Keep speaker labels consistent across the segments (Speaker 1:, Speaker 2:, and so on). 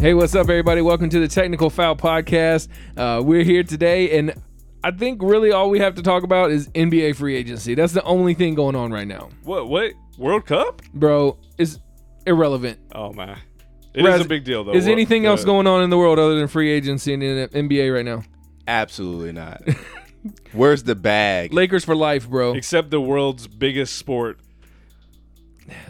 Speaker 1: Hey, what's up, everybody? Welcome to the Technical Foul Podcast. Uh, we're here today, and I think really all we have to talk about is NBA free agency. That's the only thing going on right now,
Speaker 2: What? What? World Cup?
Speaker 1: bro. It's irrelevant.
Speaker 2: Oh my! It is
Speaker 1: Raz,
Speaker 2: a big deal though.
Speaker 1: Is
Speaker 2: Wor-
Speaker 1: anything
Speaker 2: uh,
Speaker 1: else going on in the world other than free agency and N- NBA right now?
Speaker 3: Absolutely not. Where's the bag?
Speaker 1: Lakers for life, bro.
Speaker 2: Except the world's biggest sport.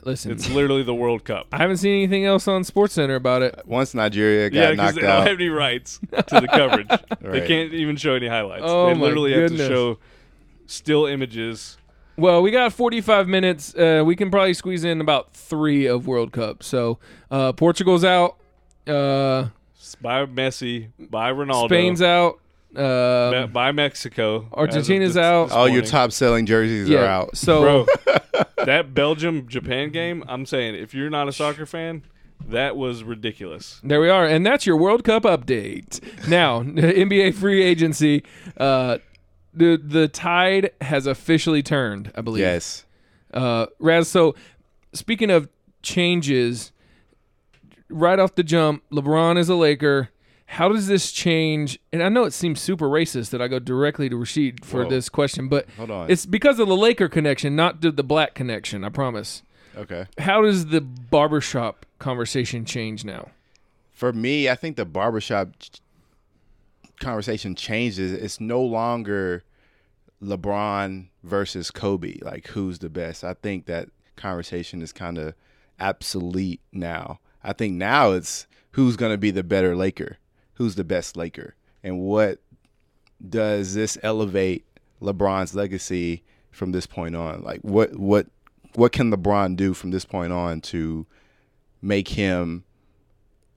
Speaker 1: Listen,
Speaker 2: It's literally the World Cup.
Speaker 1: I haven't seen anything else on SportsCenter about it.
Speaker 3: Once Nigeria got
Speaker 2: Yeah, because
Speaker 3: knocked
Speaker 2: they don't
Speaker 3: out,
Speaker 2: have any rights to the coverage. They
Speaker 3: Right.
Speaker 2: can't even show any highlights.
Speaker 1: Oh,
Speaker 2: they
Speaker 1: my
Speaker 2: literally have
Speaker 1: goodness.
Speaker 2: to show still images.
Speaker 1: Well, we got 45 minutes. Uh, we can probably squeeze in about three of World Cup. So uh, Portugal's out. Uh,
Speaker 2: By Messi, by Ronaldo,
Speaker 1: Spain's out.
Speaker 2: Me-
Speaker 1: Uh,
Speaker 2: by Mexico, as of
Speaker 1: Argentina's
Speaker 2: this-
Speaker 1: out.
Speaker 2: this
Speaker 3: all your
Speaker 2: morning.
Speaker 3: top selling jerseys
Speaker 1: yeah.
Speaker 3: are out.
Speaker 1: So
Speaker 2: bro. that Belgium Japan game, I'm saying, if you're not a soccer fan, that was ridiculous.
Speaker 1: there we are, and that's your World Cup update. Now, NBA free agency. Uh, the the tide has officially turned. I believe.
Speaker 3: yes.
Speaker 1: Uh, Raz. So speaking of changes, right off the jump, LeBron is a Laker. How does this change? And I know it seems super racist that I go directly to Rashid for
Speaker 3: Whoa.
Speaker 1: this question, but
Speaker 3: Hold on.
Speaker 1: it's because of the Laker connection, not the the black connection. I promise.
Speaker 3: okay.
Speaker 1: how does the barbershop conversation change now?
Speaker 3: For me, I think the barbershop ch- conversation changes. It's no longer LeBron versus Kobe, like who's the best. I think that conversation is kind of obsolete now. I think now it's who's going to be the better Laker, who's the best Laker, and what does this elevate LeBron's legacy from this point on? Like what what what can LeBron do from this point on to make him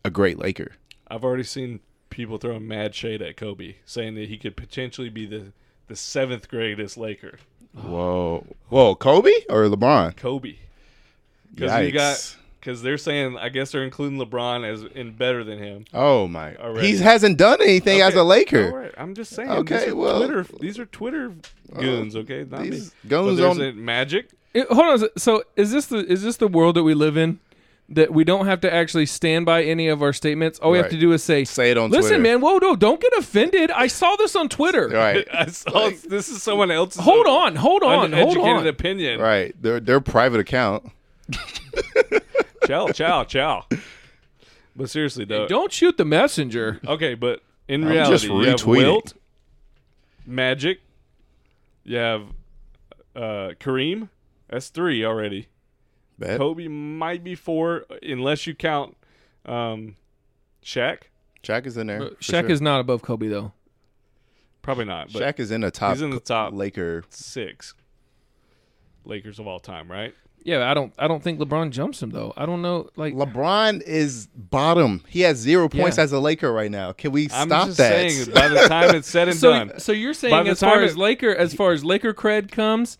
Speaker 3: a great Laker?
Speaker 2: I've already seen people throwing mad shade at Kobe, saying that he could potentially be the the seventh greatest Laker.
Speaker 3: Whoa. Whoa, Kobe or LeBron?
Speaker 2: Kobe, because you got
Speaker 3: Yikes.
Speaker 2: because they're saying I guess they're including LeBron as in better than him.
Speaker 3: Oh my.
Speaker 2: All right.
Speaker 3: He hasn't done anything as
Speaker 2: Okay,
Speaker 3: a
Speaker 2: all
Speaker 3: Laker.
Speaker 2: right, I'm just saying.
Speaker 3: Okay,
Speaker 2: these are
Speaker 3: well-
Speaker 2: Twitter, these are Twitter goons. Okay, not
Speaker 3: these
Speaker 2: me.
Speaker 3: goons
Speaker 2: But there's
Speaker 3: on-
Speaker 2: a Magic.
Speaker 1: It- hold on. a sec- So is this the is this the world that we live in that we don't have to actually stand by any of our statements? All we have
Speaker 3: Right.
Speaker 1: to do is say
Speaker 3: Say it on
Speaker 1: Listen,
Speaker 3: Twitter.
Speaker 1: man. Whoa, no, don't get offended. I saw this on Twitter.
Speaker 3: Right.
Speaker 2: I saw this is someone else's.
Speaker 1: Hold on, hold on, hold
Speaker 2: uneducated
Speaker 1: on.
Speaker 2: opinion.
Speaker 3: Right. Their their private account.
Speaker 2: Chow, chow, chow. But seriously, though.
Speaker 1: Don't shoot the messenger.
Speaker 2: Okay, but in
Speaker 3: I'm
Speaker 2: reality,
Speaker 3: just
Speaker 2: you have
Speaker 3: retweeting.
Speaker 2: Wilt, Magic, you have uh, Kareem. That's three already.
Speaker 3: Bet.
Speaker 2: Kobe might be four, unless you count um, Shaq.
Speaker 3: Shaq is in there. for
Speaker 1: Shaq
Speaker 3: sure.
Speaker 1: is not above Kobe though.
Speaker 2: Probably not, but
Speaker 3: Shaq is in the top
Speaker 2: he's in the top
Speaker 3: Laker.
Speaker 2: six. Lakers of all time, right?
Speaker 1: Yeah, I don't. I don't think LeBron jumps him though. I don't know. Like,
Speaker 3: LeBron is bottom. He has zero points
Speaker 1: Yeah.
Speaker 3: as a Laker right now. Can we
Speaker 2: I'm
Speaker 3: stop
Speaker 2: just
Speaker 3: that?
Speaker 2: saying, by the time it's said and
Speaker 1: so,
Speaker 2: done,
Speaker 1: so you're
Speaker 2: By
Speaker 1: saying
Speaker 2: the
Speaker 1: as far
Speaker 2: time
Speaker 1: as
Speaker 2: it-
Speaker 1: Laker, as far as Laker cred comes,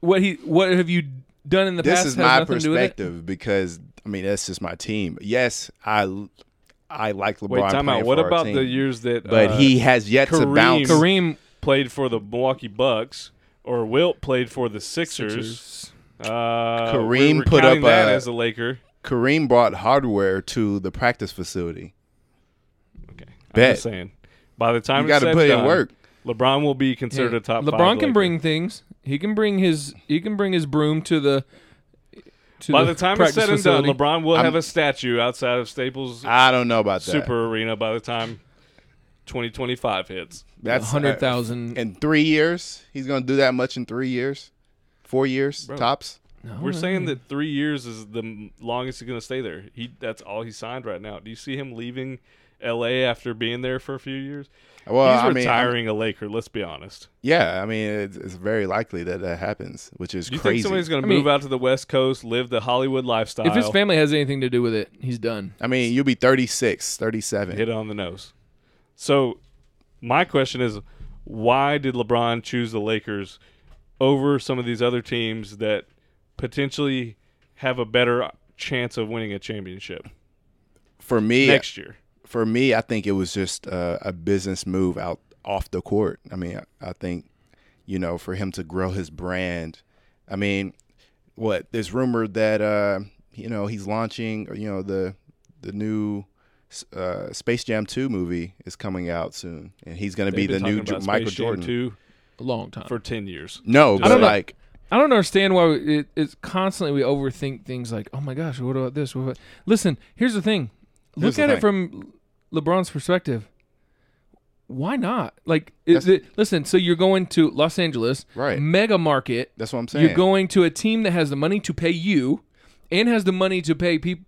Speaker 1: what he, what have you done in the
Speaker 3: this
Speaker 1: past?
Speaker 3: is
Speaker 1: has
Speaker 3: my
Speaker 1: nothing to do with it?
Speaker 3: perspective because I mean that's just my team. Yes, I I like LeBron.
Speaker 2: wait, time
Speaker 3: playing
Speaker 2: out. What
Speaker 3: for our
Speaker 2: about
Speaker 3: team,
Speaker 2: the years that?
Speaker 3: But
Speaker 2: uh,
Speaker 3: he has yet to
Speaker 2: Kareem-
Speaker 3: bounce.
Speaker 1: Kareem
Speaker 2: played for the Milwaukee Bucks, or Wilt played for the Sixers. Uh,
Speaker 3: Kareem
Speaker 2: we were
Speaker 3: put
Speaker 2: counting
Speaker 3: up
Speaker 2: that
Speaker 3: a-
Speaker 2: as a Laker.
Speaker 3: Kareem brought hardware to the practice facility.
Speaker 2: Okay, I'm
Speaker 3: Bet.
Speaker 2: just saying. By the time
Speaker 3: You
Speaker 2: got
Speaker 3: gotta
Speaker 2: to
Speaker 3: put in work.
Speaker 2: LeBron will be considered
Speaker 1: Yeah.
Speaker 2: a top.
Speaker 1: LeBron
Speaker 2: five
Speaker 1: can
Speaker 2: Laker.
Speaker 1: bring things. He can bring his he can bring his broom to the. To
Speaker 2: By the time it's
Speaker 1: practice
Speaker 2: said and done,
Speaker 1: facility.
Speaker 2: LeBron will
Speaker 3: I'm-
Speaker 2: have a statue outside of Staples
Speaker 3: I don't know about that.
Speaker 2: Super Arena by the time 2025 hits.
Speaker 3: That's uh,
Speaker 1: hundred thousand.
Speaker 3: in three years. He's gonna do that much in three years, four years tops.
Speaker 2: We're saying that three years is the m- longest he's going to stay there. He that's all he signed right now. Do you see him leaving L.A. after being there for a few years?
Speaker 3: Well,
Speaker 2: he's
Speaker 3: I mean, I'm-
Speaker 2: retiring a Laker. Let's be honest.
Speaker 3: yeah, I mean, it's, it's very likely that that happens, which is
Speaker 2: Do you
Speaker 3: crazy.
Speaker 2: think somebody's going
Speaker 1: I
Speaker 2: to
Speaker 1: mean-
Speaker 2: move out to the West Coast, live the Hollywood lifestyle?
Speaker 1: If his family has anything to do with it, he's done.
Speaker 3: I mean, you'll be 36, 37.
Speaker 2: hit it on the nose. So, my question is, why did LeBron choose the Lakers over some of these other teams that potentially have a better chance of winning a championship
Speaker 3: for me,
Speaker 2: next year?
Speaker 3: for me, I think it was just uh, a business move out off the court. I mean, I, I think you know for him to grow his brand. I mean, what there's rumor that uh, you know he's launching you know the the new s- uh, Space Jam 2 movie is coming out soon, and he's going to be
Speaker 2: They've
Speaker 3: the
Speaker 2: been
Speaker 3: new
Speaker 2: talking
Speaker 3: Ju-
Speaker 2: about
Speaker 3: Michael
Speaker 2: Space Jam
Speaker 3: Jordan.
Speaker 2: 2
Speaker 1: a long time.
Speaker 2: for 10 years.
Speaker 3: No,
Speaker 2: I
Speaker 3: but
Speaker 1: don't know.
Speaker 3: like
Speaker 1: I don't understand why we- it, it's constantly we overthink things like, oh my gosh, what about this? What about... Listen, here's the thing. Look
Speaker 3: Here's the
Speaker 1: at
Speaker 3: thing.
Speaker 1: it from LeBron's perspective. Why not? Like, is
Speaker 3: That's-
Speaker 1: it, listen, so you're going to Los Angeles,
Speaker 3: Right.
Speaker 1: mega market.
Speaker 3: that's what I'm saying.
Speaker 1: You're going to a team that has the money to pay you and has the money to pay people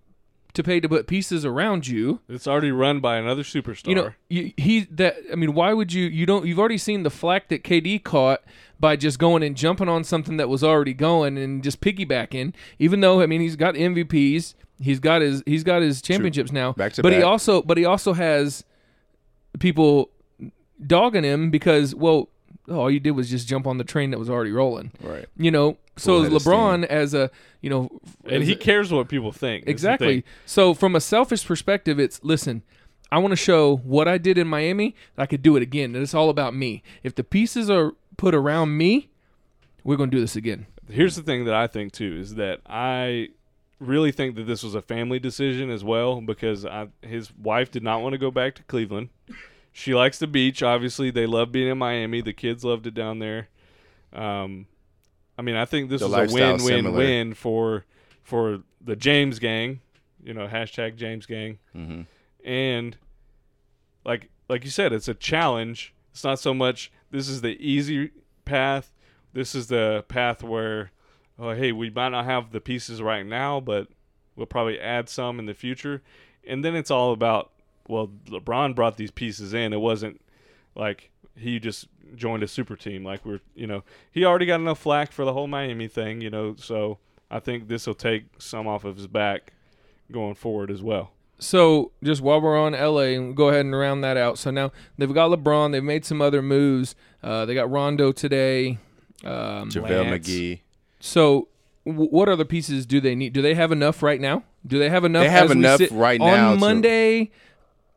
Speaker 1: to pay to put pieces around you.
Speaker 2: It's already run by another superstar.
Speaker 1: You know, you, he that I mean, why would you? You don't. You've already seen the flack that KD caught by just going and jumping on something that was already going and just piggybacking. Even though I mean, he's got MVPs, he's got his he's got his championships now.
Speaker 3: Back to
Speaker 1: but he
Speaker 3: back.
Speaker 1: also but he also has people dogging him because well, all you did was just jump on the train that was already rolling.
Speaker 3: right.
Speaker 1: You know, so
Speaker 3: Full head of
Speaker 1: LeBron as a you know,
Speaker 2: and
Speaker 1: as
Speaker 2: he
Speaker 1: a-
Speaker 2: cares what people think. is the
Speaker 1: Exactly.
Speaker 2: thing.
Speaker 1: So from a selfish perspective, it's listen, I want to show what I did in Miami, I could do it again. And it's all about me. If the pieces are put around me, we're gonna do this again.
Speaker 2: Here's the thing that I think too is that I really think that this was a family decision as well because I, his wife did not want to go back to Cleveland. She likes the beach. Obviously, they love being in Miami. The kids loved it down there. Um, I mean, I think this
Speaker 3: The
Speaker 2: was a
Speaker 3: lifestyle's similar.
Speaker 2: win-win-win for for the James Gang. You know, hashtag James Gang.
Speaker 3: hmm
Speaker 2: and like like you said it's a challenge it's not so much this is the easy path this is the path where oh hey we might not have the pieces right now but we'll probably add some in the future and then it's all about well lebron brought these pieces in it wasn't like he just joined a super team like we're you know he already got enough flack for the whole miami thing you know so i think this will take some off of his back going forward as well
Speaker 1: So just while we're on LA, and go ahead and round that out. So now they've got LeBron. They've made some other moves. Uh, they got Rondo today. Um,
Speaker 3: JaVale
Speaker 2: Lance.
Speaker 3: McGee.
Speaker 1: so w- what other pieces do they need? Do they have enough right now? Do they have enough?
Speaker 3: They have
Speaker 1: as we
Speaker 3: enough
Speaker 1: sit
Speaker 3: right now
Speaker 1: on
Speaker 3: to-
Speaker 1: Monday.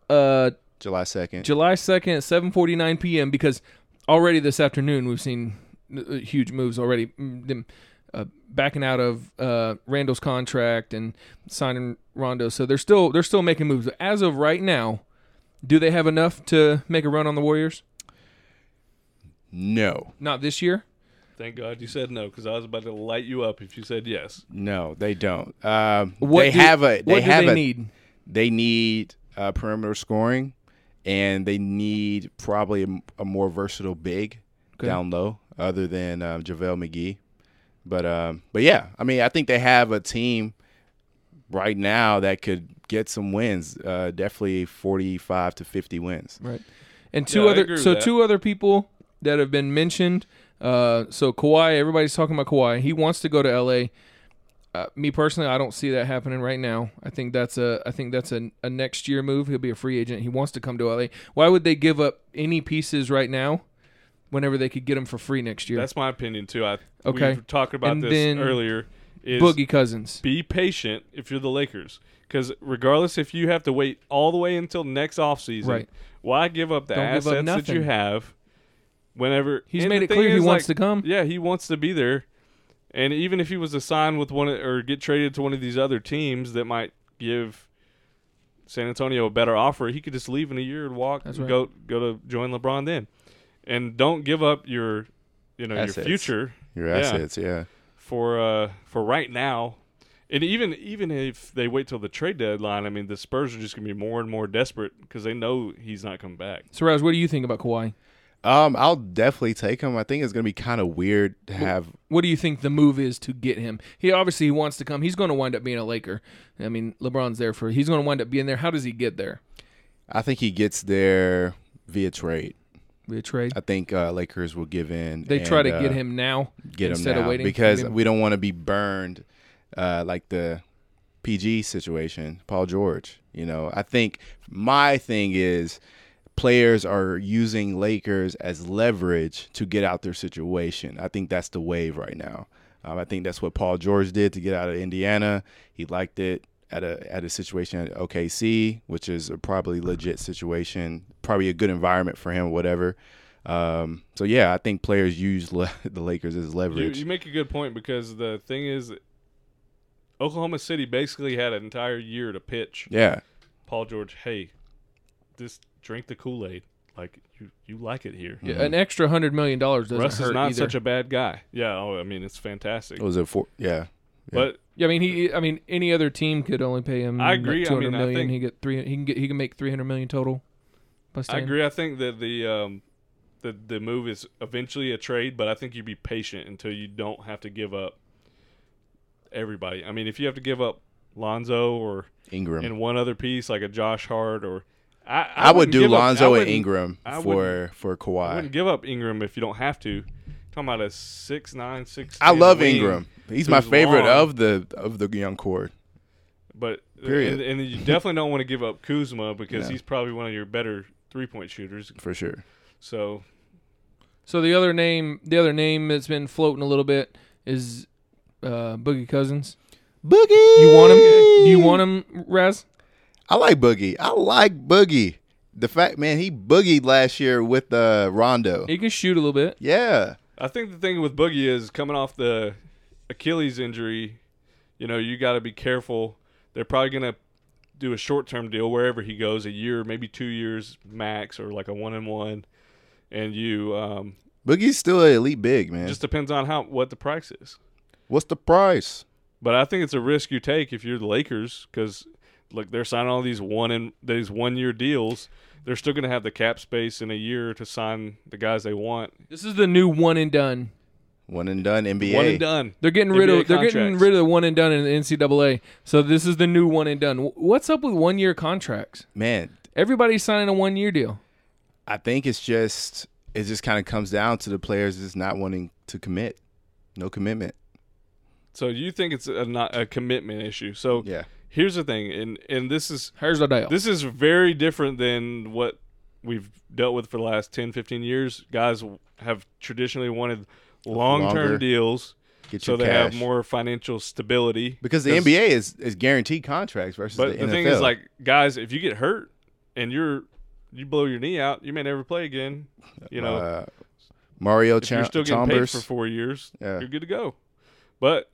Speaker 1: Uh,
Speaker 3: July 2nd.
Speaker 1: July 2nd at 7:49 p.m. because already this afternoon we've seen uh, huge moves already Mm, them uh, backing out of uh, Randall's contract and signing Rondo. So they're still they're still making moves. As of right now, do they have enough to make a run on the Warriors?
Speaker 3: no.
Speaker 1: Not this year.
Speaker 2: Thank God you said no, because I was about to light you up if you said yes.
Speaker 3: No, they don't. Um,
Speaker 1: What
Speaker 3: they
Speaker 1: do-
Speaker 3: have a. They
Speaker 1: what do
Speaker 3: have
Speaker 1: they
Speaker 3: a,
Speaker 1: need?
Speaker 3: They need uh, perimeter scoring, and they need probably a, m- a more versatile big
Speaker 1: Okay.
Speaker 3: down low, other than um, JaVale McGee. But um, but yeah, I mean, I think they have a team right now that could get some wins. Uh, definitely forty-five to fifty wins.
Speaker 1: Right. And two
Speaker 2: Yeah, I agree
Speaker 1: other
Speaker 2: with
Speaker 1: so
Speaker 2: that.
Speaker 1: two other people that have been mentioned. Uh, so Kawhi, everybody's talking about Kawhi. He wants to go to LA. Uh, me personally, I don't see that happening right now. I think that's a I think that's a, a next year move. He'll be a free agent. He wants to come to LA. Why would they give up any pieces right now, whenever they could get him for free next year?
Speaker 2: That's my opinion too. I
Speaker 1: Okay.
Speaker 2: we were talking about
Speaker 1: And
Speaker 2: this
Speaker 1: then
Speaker 2: earlier. Is
Speaker 1: Boogie Cousins.
Speaker 2: be patient if you're the Lakers, because regardless if you have to wait all the way until next offseason,
Speaker 1: Right.
Speaker 2: why give up the
Speaker 1: Don't give
Speaker 2: assets
Speaker 1: up
Speaker 2: that you
Speaker 1: nothing.
Speaker 2: have? Whenever
Speaker 1: He's
Speaker 2: and
Speaker 1: made
Speaker 2: the
Speaker 1: it
Speaker 2: thing
Speaker 1: clear he
Speaker 2: is,
Speaker 1: wants
Speaker 2: like,
Speaker 1: to come.
Speaker 2: Yeah, he wants to be there, and even if he was to sign with one of, or get traded to one of these other teams that might give San Antonio a better offer, he could just leave in a year and walk
Speaker 1: That's
Speaker 2: and
Speaker 1: right.
Speaker 2: go go to join LeBron then. And don't give up your you know your
Speaker 3: Assets.
Speaker 2: future
Speaker 3: Your
Speaker 2: Yeah.
Speaker 3: assets, yeah.
Speaker 2: for uh for right now. And even even if they wait till the trade deadline, I mean the Spurs are just going to be more and more desperate because they know he's not coming back.
Speaker 1: So Raz, what do you think about Kawhi?
Speaker 3: Um, I'll definitely take him. I think it's gonna be kind of weird to have
Speaker 1: What do you think the move is to get him? He obviously he wants to come. He's going to wind up being a Laker. I mean, LeBron's there for. He's going to wind up being there. How does he get there?
Speaker 3: I think he gets there via trade.
Speaker 1: Via trade.
Speaker 3: I think uh, Lakers will give in.
Speaker 1: They
Speaker 3: and,
Speaker 1: try to
Speaker 3: uh,
Speaker 1: get him now
Speaker 3: get him
Speaker 1: instead
Speaker 3: now
Speaker 1: of waiting
Speaker 3: because
Speaker 1: I mean,
Speaker 3: we don't want to be burned uh, like the PG situation, Paul George. You know, I think my thing is players are using Lakers as leverage to get out their situation. I think that's the wave right now. Um, I think that's what Paul George did to get out of Indiana. He liked it at a at a situation at OKC, which is a probably legit situation, probably a good environment for him, whatever. Um, so yeah, I think players use le- the Lakers as
Speaker 2: You,
Speaker 3: leverage.
Speaker 2: you make a good point because the thing is, Oklahoma City basically had an entire year to pitch.
Speaker 3: yeah,
Speaker 2: Paul George, hey, just drink the Kool Aid. Like you, you like it here.
Speaker 1: Yeah, an extra hundred million dollars doesn't
Speaker 2: Russ
Speaker 1: hurt
Speaker 2: is not
Speaker 1: either.
Speaker 2: such a bad guy. Yeah, oh, I mean it's fantastic.
Speaker 3: It was a four. Oh, Yeah.
Speaker 2: But
Speaker 1: yeah, I mean he. I mean any other team could only pay him.
Speaker 2: I agree. I
Speaker 1: Two hundred
Speaker 2: mean, I
Speaker 1: million.
Speaker 2: think-
Speaker 1: He get three. He can get. He can make three hundred million total. By
Speaker 2: I
Speaker 1: staying.
Speaker 2: agree. I think that the um, the the move is eventually a trade, but I think you be patient until you don't have to give up everybody. I mean, if you have to give up Lonzo or
Speaker 3: Ingram.
Speaker 2: in one other piece like a Josh Hart or I, I,
Speaker 3: I, would
Speaker 2: wouldn't
Speaker 3: do
Speaker 2: give up- I
Speaker 3: Lonzo and
Speaker 2: wouldn't-
Speaker 3: Ingram
Speaker 2: I
Speaker 3: for for
Speaker 2: I
Speaker 3: Kawhi.
Speaker 2: wouldn't give up Ingram if you don't have to. Talking about a six nine six.
Speaker 3: I love Ingram. He's my
Speaker 2: who's
Speaker 3: favorite
Speaker 2: long.
Speaker 3: of the of the young core.
Speaker 2: but
Speaker 3: Period.
Speaker 2: and, and you definitely don't want to give up Kuzma because
Speaker 3: Yeah.
Speaker 2: he's probably one of your better three point shooters.
Speaker 3: for sure.
Speaker 2: So
Speaker 1: So the other name, the other name that's been floating a little bit is uh, Boogie Cousins.
Speaker 3: Boogie,
Speaker 1: You want him? Do you want him, Raz?
Speaker 3: I like Boogie. I like Boogie. The fact, man, he boogied last year with uh, Rondo.
Speaker 1: He can shoot a little bit.
Speaker 3: Yeah,
Speaker 2: I think the thing with Boogie is coming off the Achilles injury, you know, you got to be careful. They're probably going to do a short term deal wherever he goes, a year, maybe two years max, or like a one and one. And you um,
Speaker 3: Boogie's still an elite big man.
Speaker 2: just depends on how what the price is.
Speaker 3: What's the price?
Speaker 2: But I think it's a risk you take if you're the Lakers because look, they're signing all these one and these one year deals. They're still going to have the cap space in a year to sign the guys they want.
Speaker 1: This is the new one and done.
Speaker 3: One and done NBA.
Speaker 2: One and done.
Speaker 1: They're getting rid
Speaker 2: NBA
Speaker 1: of they're getting
Speaker 2: contracts.
Speaker 1: rid of the one and done in the NCAA. So this is the new one and done. Wh- What's up with one year contracts?
Speaker 3: Man,
Speaker 1: Everybody's signing a one year deal.
Speaker 3: I think it's just it just kind of comes down to the players just not wanting to commit. No commitment.
Speaker 2: So you think it's a not a commitment issue? So
Speaker 3: Yeah.
Speaker 2: here's the thing, and and this is
Speaker 1: Here's the deal.
Speaker 2: this is very different than what we've dealt with for the last 10, 15 years. Guys have traditionally wanted long
Speaker 3: Longer.
Speaker 2: term deals,
Speaker 3: Get
Speaker 2: so
Speaker 3: your
Speaker 2: they
Speaker 3: cash.
Speaker 2: have more financial stability.
Speaker 3: because the
Speaker 2: 'Cause-
Speaker 3: NBA is is guaranteed contracts versus
Speaker 2: But the,
Speaker 3: NFL.
Speaker 2: thing is, like guys, if you get hurt and you're you blow your knee out, you may never play again. You know,
Speaker 3: uh, Mario
Speaker 2: if
Speaker 3: Cha-
Speaker 2: you're still getting
Speaker 3: Chalmers.
Speaker 2: paid for four years,
Speaker 3: Yeah.
Speaker 2: you're good to go. But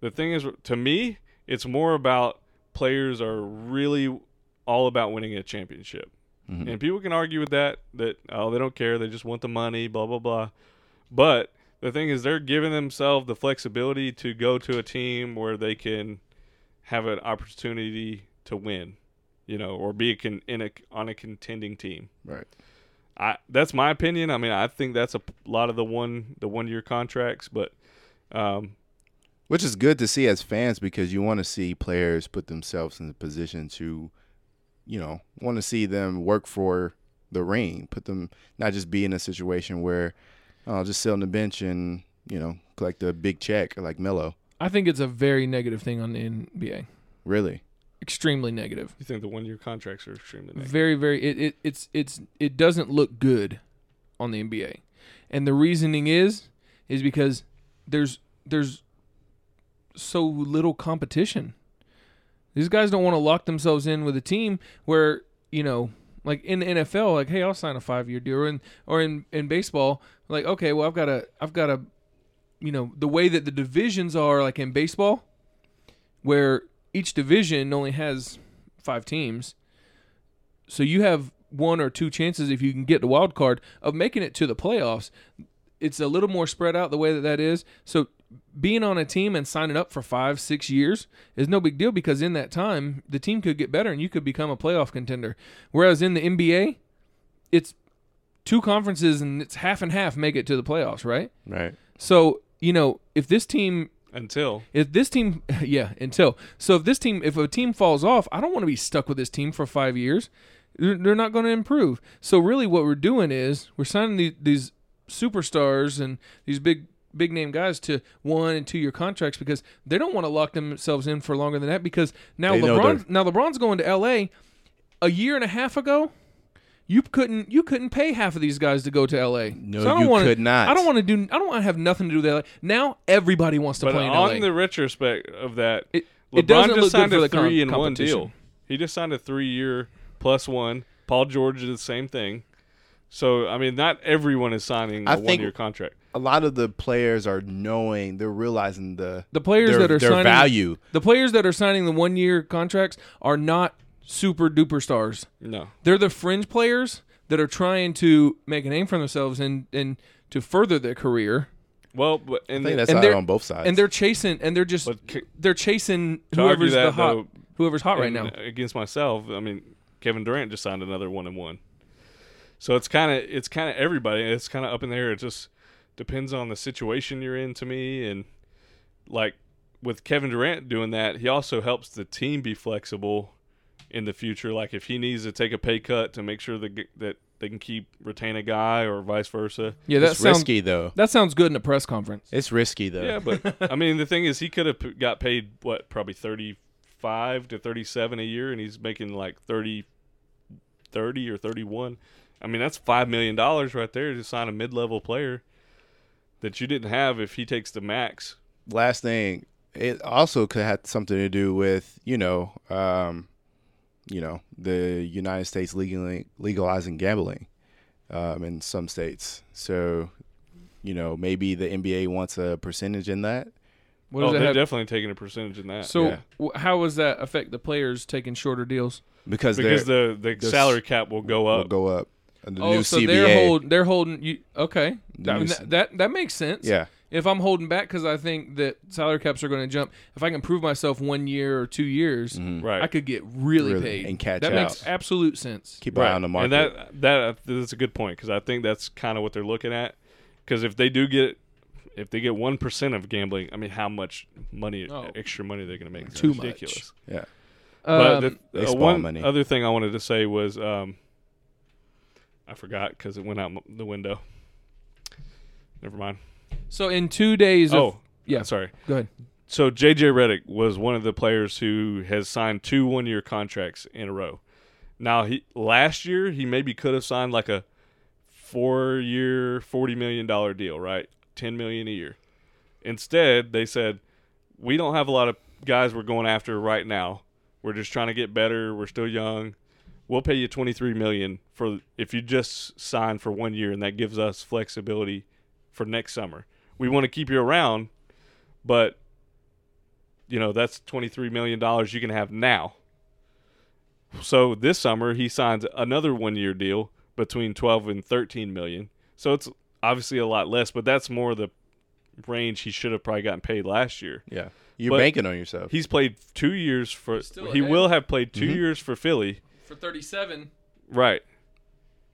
Speaker 2: the thing is, to me, it's more about players are really all about winning a championship,
Speaker 3: Mhm.
Speaker 2: and people can argue with that. That oh, they don't care; they just want the money, blah blah blah. But the thing is, they're giving themselves the flexibility to go to a team where they can have an opportunity to win, you know, or be a con- in a on a contending team.
Speaker 3: right.
Speaker 2: I that's my opinion. I mean, I think that's a p- lot of the one the one year contracts, but um,
Speaker 3: Which is good to see as fans because you want to see players put themselves in the position to, you know, want to see them work for the ring, put them not just be in a situation where, oh, just sit on the bench and you know collect a big check like Melo.
Speaker 1: I think it's a very negative thing on the NBA.
Speaker 3: Really,
Speaker 1: Extremely negative.
Speaker 2: you think the one year contracts are extremely negative.
Speaker 1: Very very it, it it's it's it doesn't look good on the NBA. And the reasoning is is because there's there's so little competition. These guys don't want to lock themselves in with a team where, you know, like in the NFL, like, hey, I'll sign a five year deal or in or in, in baseball, like, okay, well I've got a I've got a you know, the way that the divisions are like in baseball, where each division only has five teams. So you have one or two chances if you can get the wild card of making it to the playoffs it's a little more spread out the way that that is. So being on a team and signing up for five, six years is no big deal because in that time the team could get better and you could become a playoff contender. Whereas in the NBA, it's two conferences and it's half and half make it to the playoffs, right?
Speaker 3: right?
Speaker 1: So you know if this team
Speaker 2: Until
Speaker 1: if this team, yeah, until so if this team, if a team falls off, I don't want to be stuck with this team for five years. They're they're not going to improve. So really, what we're doing is we're signing the, these superstars and these big big name guys to one and two year contracts because they don't want to lock themselves in for longer than that because now
Speaker 3: They know
Speaker 1: LeBron now LeBron's going to L.A. A year and a half ago, you couldn't you couldn't pay half of these guys to go to L.A.
Speaker 3: No,
Speaker 1: so I don't
Speaker 3: you
Speaker 1: wanna,
Speaker 3: could not.
Speaker 1: I don't want to do. I don't want to have nothing to do with L.A. Now everybody wants to
Speaker 2: but
Speaker 1: play in
Speaker 2: on
Speaker 1: LA.
Speaker 2: the retrospect of that,
Speaker 1: It-
Speaker 2: LeBron
Speaker 1: it doesn't
Speaker 2: just
Speaker 1: look good
Speaker 2: signed
Speaker 1: for
Speaker 2: a
Speaker 1: the com-
Speaker 2: three and one
Speaker 1: competition.
Speaker 2: deal. He just signed a three year plus one. Paul George did the same thing. So I mean, not everyone is signing
Speaker 3: I
Speaker 2: a
Speaker 3: think-
Speaker 2: one year contract.
Speaker 3: A lot of the players are knowing they're realizing the
Speaker 1: The players
Speaker 3: their,
Speaker 1: that are
Speaker 3: their
Speaker 1: signing
Speaker 3: value.
Speaker 1: the players that are signing the one year contracts are not super duper stars.
Speaker 2: No.
Speaker 1: They're the fringe players that are trying to make a name for themselves and and to further their career.
Speaker 2: Well, but and
Speaker 3: I think
Speaker 2: the-
Speaker 3: that's
Speaker 1: And
Speaker 3: out
Speaker 1: they're-
Speaker 3: on both sides.
Speaker 1: And they're chasing and they're just
Speaker 2: But ca-
Speaker 1: they're chasing
Speaker 2: To argue
Speaker 1: whoever's the
Speaker 2: that,
Speaker 1: hot
Speaker 2: though,
Speaker 1: whoever's hot right
Speaker 2: and uh,
Speaker 1: now.
Speaker 2: Against myself, I mean, Kevin Durant just signed another one and one. So it's kind of it's kind of everybody. It's kind of up in the air. It just depends on the situation you're in to me and like with Kevin Durant doing that, he also helps the team be flexible in the future like if he needs to take a pay cut to make sure that that they can keep retain a guy or vice versa.
Speaker 1: Yeah, that
Speaker 3: it's
Speaker 1: sounds
Speaker 3: risky though.
Speaker 1: that sounds good in a press conference.
Speaker 3: It's risky though.
Speaker 2: Yeah, but I mean, the thing is, he could have p- got paid what probably thirty five to thirty seven a year, and he's making like 30, 30 or thirty one. I mean, that's five million dollars right there to sign a mid level player that you didn't have if he takes the max.
Speaker 3: last thing, it also could have something to do with you know, um, you know, the United States legally legalizing gambling um, in some states. So, you know, maybe the NBA wants a percentage in that.
Speaker 1: What
Speaker 2: oh,
Speaker 1: does
Speaker 2: they're
Speaker 1: that have?
Speaker 2: definitely taking a percentage in that.
Speaker 1: So
Speaker 3: yeah.
Speaker 1: w- how does that affect the players taking shorter deals?
Speaker 3: because,
Speaker 2: because
Speaker 3: they're-
Speaker 2: the, the
Speaker 3: there's-
Speaker 2: salary cap will go
Speaker 3: will
Speaker 2: up.
Speaker 3: go up. And The
Speaker 1: oh,
Speaker 3: new
Speaker 1: so
Speaker 3: CBA,
Speaker 1: they're hold they're holding you okay.
Speaker 3: The
Speaker 1: I
Speaker 3: new
Speaker 1: mean,
Speaker 3: s-
Speaker 1: that, that that makes sense.
Speaker 3: yeah,
Speaker 1: If I'm holding back because I think that salary caps are going to jump, if I can prove myself one year or two years,
Speaker 2: right.
Speaker 1: I could get really,
Speaker 3: Mm-hmm. Really,
Speaker 1: paid
Speaker 3: and catch
Speaker 1: That
Speaker 3: out.
Speaker 1: makes absolute sense.
Speaker 3: keep an eye on the
Speaker 2: And
Speaker 3: market.
Speaker 2: that that that's a good point because I think that's kind of what they're looking at. Because if they do get, if they get one percent of gambling, I mean, how much money,
Speaker 1: Oh.
Speaker 2: extra money they're going to make? It's
Speaker 1: Too much.
Speaker 2: ridiculous.
Speaker 3: yeah,
Speaker 2: But
Speaker 1: Um,
Speaker 2: the, uh,
Speaker 3: Baseball
Speaker 2: one
Speaker 3: money.
Speaker 2: other thing I wanted to say was, um, I forgot because it went out m- the window. Never mind.
Speaker 1: so in two days, of-
Speaker 2: oh,
Speaker 1: yeah.
Speaker 2: Sorry.
Speaker 1: go ahead.
Speaker 2: So JJ Reddick was one of the players who has signed two one-year contracts in a row. Now he last year he maybe could have signed like a four-year, forty million dollar deal, right? Ten million a year. Instead, they said we don't have a lot of guys we're going after right now. We're just trying to get better. We're still young. We'll pay you twenty-three million for if you just sign for one year, and that gives us flexibility for next summer. We want to keep you around, but you know that's 23 million dollars you can have now so this summer he signs another one year deal between 12 and 13 million so it's obviously a lot less but that's more the range he should have probably gotten paid last year
Speaker 3: yeah. You're
Speaker 2: But-
Speaker 3: banking on yourself.
Speaker 2: he's played two years for
Speaker 1: Still
Speaker 2: he
Speaker 1: ahead.
Speaker 2: will have played 2
Speaker 3: Mm-hmm.
Speaker 2: years for philly
Speaker 1: For 37,
Speaker 2: right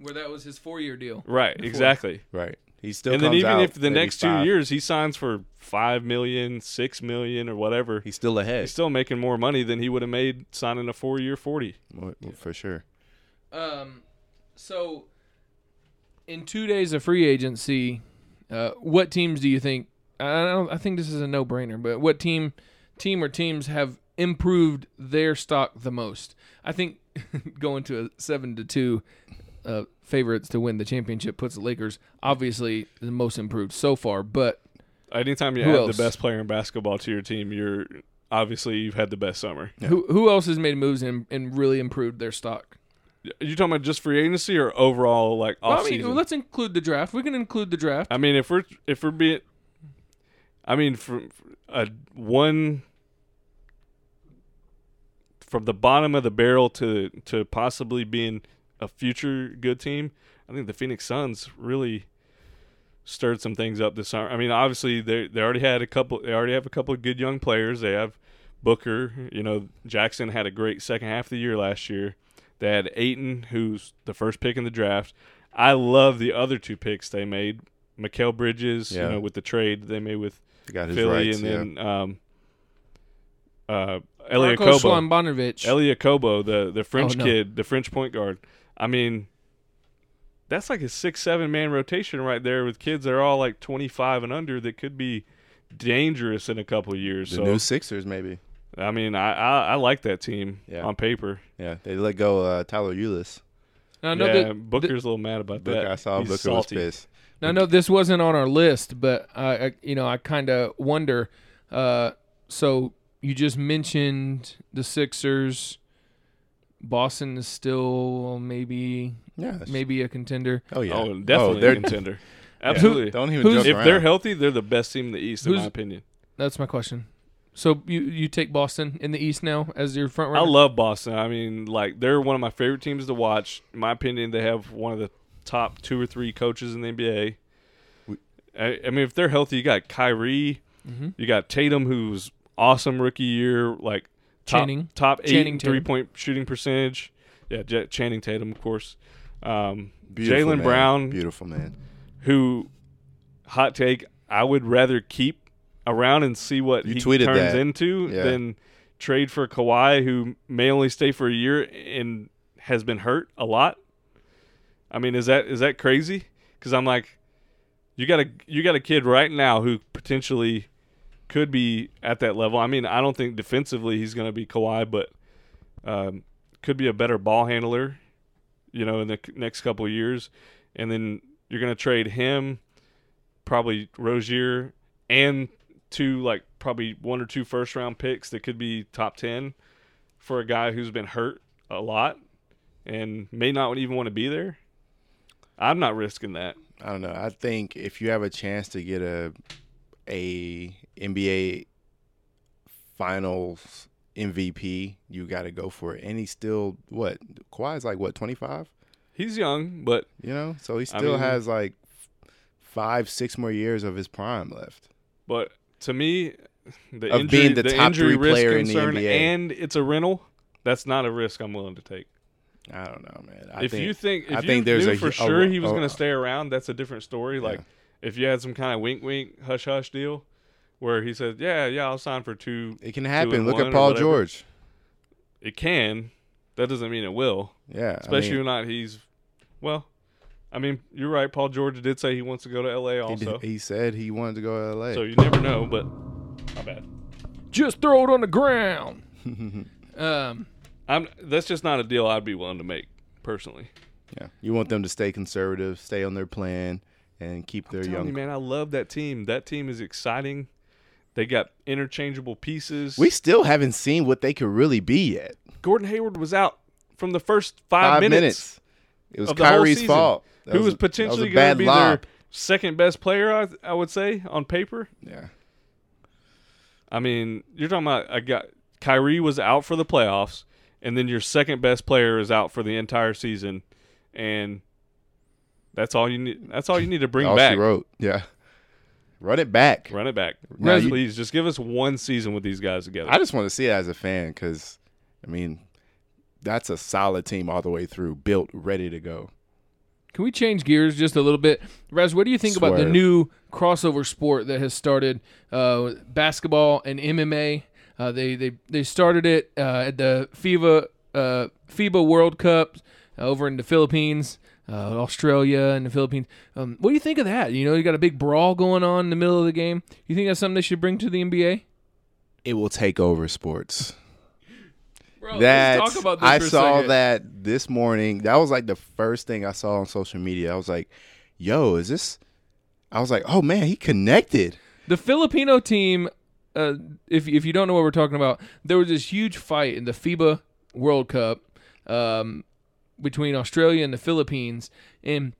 Speaker 1: where that was his four-year deal.
Speaker 2: right exactly
Speaker 3: Right. He still.
Speaker 2: and then
Speaker 3: comes
Speaker 2: even
Speaker 3: out
Speaker 2: if the
Speaker 3: maybe
Speaker 2: next two
Speaker 3: five,
Speaker 2: years he signs for five million, six million, or whatever
Speaker 3: he's still ahead
Speaker 2: he's still making more money than he would have made signing a four year 40
Speaker 3: Well, well, for sure.
Speaker 1: Um, so in two days of free agency, uh, what teams do you think? I don't. I think this is a no-brainer. But what team, team or teams have improved their stock the most? I think going to a seven to two uh, favorites to win the championship puts the Lakers obviously the most improved so far. But
Speaker 2: Anytime you
Speaker 1: Who
Speaker 2: add
Speaker 1: else?
Speaker 2: the best player in basketball to your team, you're obviously you've had the best summer.
Speaker 1: who who else has made moves and, and really improved their stock?
Speaker 2: Are you talking about just free agency or overall like
Speaker 1: Well,
Speaker 2: off
Speaker 1: I mean,
Speaker 2: season?
Speaker 1: let's include the draft. We can include the draft.
Speaker 2: I mean, if we're if we're being, I mean, from a one from the bottom of the barrel to to possibly being a future good team, I think the Phoenix Suns really stirred some things up this summer. I mean, obviously they they already had a couple. They already have a couple of good young players. They have Booker. You know, Jackson had a great second half of the year last year. They had Aiton, who's the first pick in the draft. I love the other two picks they made. Mikael Bridges,
Speaker 3: Yeah.
Speaker 2: you know, with the trade they made with
Speaker 3: He got his
Speaker 2: Philly,
Speaker 3: rights.
Speaker 2: and
Speaker 3: yeah.
Speaker 2: then um, uh, Elia
Speaker 1: Marco
Speaker 2: Kobo.
Speaker 1: Schwanbanovic.
Speaker 2: Elia Kobo, the the French
Speaker 1: Oh, no.
Speaker 2: kid, the French point guard. I mean, that's like a six seven man rotation right there with kids that are all like twenty five and under that could be dangerous in a couple of years.
Speaker 3: the
Speaker 2: so
Speaker 3: new Sixers maybe.
Speaker 2: I mean, I, I I like that team
Speaker 3: Yeah.
Speaker 2: on paper.
Speaker 3: Yeah, they let go uh, Tyler Eulis.
Speaker 1: Now, I know
Speaker 2: Yeah,
Speaker 1: that-
Speaker 2: Booker's a little mad about
Speaker 3: Booker,
Speaker 2: that.
Speaker 3: I saw
Speaker 2: He's
Speaker 3: Booker
Speaker 2: salty.
Speaker 3: was pissed.
Speaker 1: Now, I know this wasn't on our list, but I, I you know, I kind of wonder. Uh, so you just mentioned the Sixers. Boston is still maybe
Speaker 3: Yeah, that's-
Speaker 1: maybe a contender.
Speaker 3: Oh yeah.
Speaker 2: Oh, definitely
Speaker 3: they're
Speaker 2: a contender. Absolutely.
Speaker 3: Don't even
Speaker 1: Who's-
Speaker 3: joke
Speaker 2: If
Speaker 3: around.
Speaker 2: they're healthy, they're the best team in the East, in my
Speaker 1: Who's-
Speaker 2: opinion.
Speaker 1: That's my question. So you you take Boston in the East now as your front
Speaker 2: I
Speaker 1: runner.
Speaker 2: love Boston. I mean, like they're one of my favorite teams to watch. In my opinion, they have one of the top two or three coaches in the NBA. I, I mean, if they're healthy, you got Kyrie,
Speaker 1: Mhm.
Speaker 2: you got Tatum, who's awesome rookie year, like top
Speaker 1: Channing.
Speaker 2: top eight
Speaker 1: Channing
Speaker 2: in
Speaker 1: Tatum.
Speaker 2: three point shooting percentage. Yeah, J- Channing Tatum, of course. Um,
Speaker 3: Beautiful
Speaker 2: Jalen
Speaker 3: man.
Speaker 2: Brown,
Speaker 3: Beautiful man.
Speaker 2: who hot take I would rather keep around and see what
Speaker 3: You
Speaker 2: he
Speaker 3: tweeted
Speaker 2: turns
Speaker 3: that.
Speaker 2: into
Speaker 3: Yeah.
Speaker 2: than trade for Kawhi who may only stay for a year and has been hurt a lot. I mean, is that is that crazy? Cuz I'm like you got a you got a kid right now who potentially could be at that level. I mean, I don't think defensively he's going to be Kawhi, but um, could be a better ball handler, you know, in the c- next couple of years. And then you're going to trade him, probably Rozier, and two, like, probably one or two first round picks that could be top 10 for a guy who's been hurt a lot and may not even want to be there. I'm not risking that.
Speaker 3: I don't know. I think if you have a chance to get a a NBA Finals MVP, you got to go for it. And he's still what Kawhi's like what twenty five,
Speaker 2: He's young, but
Speaker 3: you know, so he
Speaker 2: I
Speaker 3: still
Speaker 2: mean-
Speaker 3: has like five, six more years of his prime left.
Speaker 2: but to me, the
Speaker 3: Of
Speaker 2: injury,
Speaker 3: being the
Speaker 2: the
Speaker 3: top
Speaker 2: injury
Speaker 3: three
Speaker 2: risk
Speaker 3: player in the
Speaker 2: concern,
Speaker 3: NBA.
Speaker 2: and it's a rental. That's not a risk I'm willing to take.
Speaker 3: I don't know, man. I
Speaker 2: if
Speaker 3: think,
Speaker 2: you think, if
Speaker 3: I
Speaker 2: you
Speaker 3: think there's
Speaker 2: knew
Speaker 3: a-
Speaker 2: for
Speaker 3: a-
Speaker 2: sure he was
Speaker 3: a-
Speaker 2: going to stay around, that's a different story. Like
Speaker 3: Yeah.
Speaker 2: if you had some kind of wink, wink, hush, hush deal, where he said, "Yeah, yeah, I'll sign for two.
Speaker 3: it can happen.
Speaker 2: and
Speaker 3: Look
Speaker 2: one
Speaker 3: at
Speaker 2: or
Speaker 3: Paul
Speaker 2: whatever.
Speaker 3: George.
Speaker 2: It can. That doesn't mean it will.
Speaker 3: Yeah, I
Speaker 2: Especially
Speaker 3: mean,
Speaker 2: when not he's. Well, I mean, you're right. Paul George did say he wants to go to L.A.
Speaker 3: he,
Speaker 2: Also,
Speaker 3: did- he said he wanted to go to LA.
Speaker 2: so you never know. But my bad.
Speaker 1: Just throw it on the ground. um,
Speaker 2: I'm. That's just not a deal I'd be willing to make personally.
Speaker 3: yeah, you want them to stay conservative, stay on their plan, and keep their
Speaker 2: Tell
Speaker 3: young
Speaker 2: me, man, I love that team. That team is exciting. They got interchangeable pieces.
Speaker 3: We still haven't seen what they could really be yet.
Speaker 2: Gordon Hayward was out from the first five,
Speaker 3: Five
Speaker 2: minutes,
Speaker 3: minutes. It was
Speaker 2: of the whole
Speaker 3: Kyrie's
Speaker 2: season,
Speaker 3: fault. That
Speaker 2: who was,
Speaker 3: a- that
Speaker 2: potentially going
Speaker 3: a
Speaker 2: to
Speaker 3: bad
Speaker 2: be
Speaker 3: lob.
Speaker 2: their second best player. I, I would say on paper.
Speaker 3: Yeah,
Speaker 2: I mean, you're talking about a guy. Kyrie was out for the playoffs, and then your second best player is out for the entire season, and that's all you need. That's all you need to bring
Speaker 3: all
Speaker 2: back.
Speaker 3: she wrote. Yeah, run it back.
Speaker 2: Run it back,
Speaker 3: Now you-
Speaker 2: please. Just give us one season with these guys together.
Speaker 3: I just want to see it as a fan because, I mean, that's a solid team all the way through, built, ready to go.
Speaker 1: Can we change gears just a little bit, Raz? What do you think about the
Speaker 3: Swerve.
Speaker 1: new crossover sport that has started uh, basketball and MMA? Uh, they they they started it uh, at the FIBA uh, FIBA World Cup uh, over in the Philippines, uh, Australia, and the Philippines. Um, what do you think of that? You know, you got a big brawl going on in the middle of the game. You think that's something they should bring to the NBA?
Speaker 3: It will take over sports.
Speaker 1: Bro,
Speaker 3: that I
Speaker 1: for a
Speaker 3: saw
Speaker 1: second.
Speaker 3: that this morning. That was like the first thing I saw on social media. I was like, "Yo, is this?" I was like, "Oh man, he connected."
Speaker 1: The Filipino team, uh, if if you don't know what we're talking about, there was this huge fight in the FIBA World Cup um, between Australia and the Philippines, and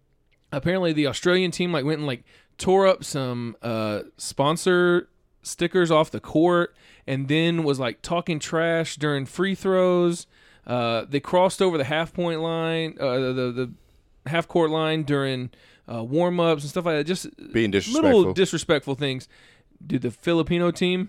Speaker 1: apparently the Australian team like went and like tore up some uh, sponsor stickers off the court, and then was like talking trash during free throws. Uh, they crossed over the half point line, uh, the the half court line during uh, warm ups and stuff like that. Just
Speaker 3: Being disrespectful.
Speaker 1: little disrespectful things. Dude, the Filipino team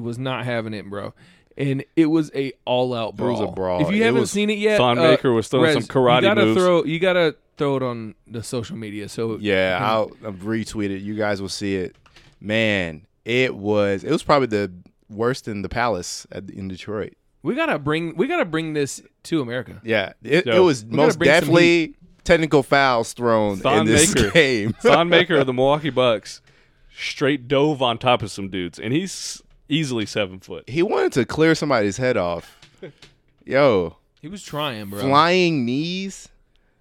Speaker 1: was not having it, bro. And it was a all out
Speaker 3: It
Speaker 1: brawl.
Speaker 3: was a brawl.
Speaker 1: If you
Speaker 3: It
Speaker 1: haven't
Speaker 3: was-
Speaker 1: seen it yet, uh,
Speaker 2: Thon Maker was throwing some karate
Speaker 1: you gotta
Speaker 2: moves.
Speaker 1: Throw, you gotta throw it on the social media. So
Speaker 3: Yeah, I'll, I'll retweet it. You guys will see it. Man, it was it was probably the worst in the Palace at, in Detroit.
Speaker 1: we gotta bring we gotta bring this to America.
Speaker 3: Yeah, it, it
Speaker 2: Yo.
Speaker 3: was
Speaker 1: gotta
Speaker 3: most
Speaker 1: bring some
Speaker 3: definitely technical fouls thrown
Speaker 2: Thon
Speaker 3: in this
Speaker 2: Maker.
Speaker 3: game.
Speaker 2: Thon Maker of the Milwaukee Bucks straight dove on top of some dudes, and he's easily seven foot.
Speaker 3: he wanted to clear somebody's head off. Yo,
Speaker 1: He was trying, bro.
Speaker 3: flying knees.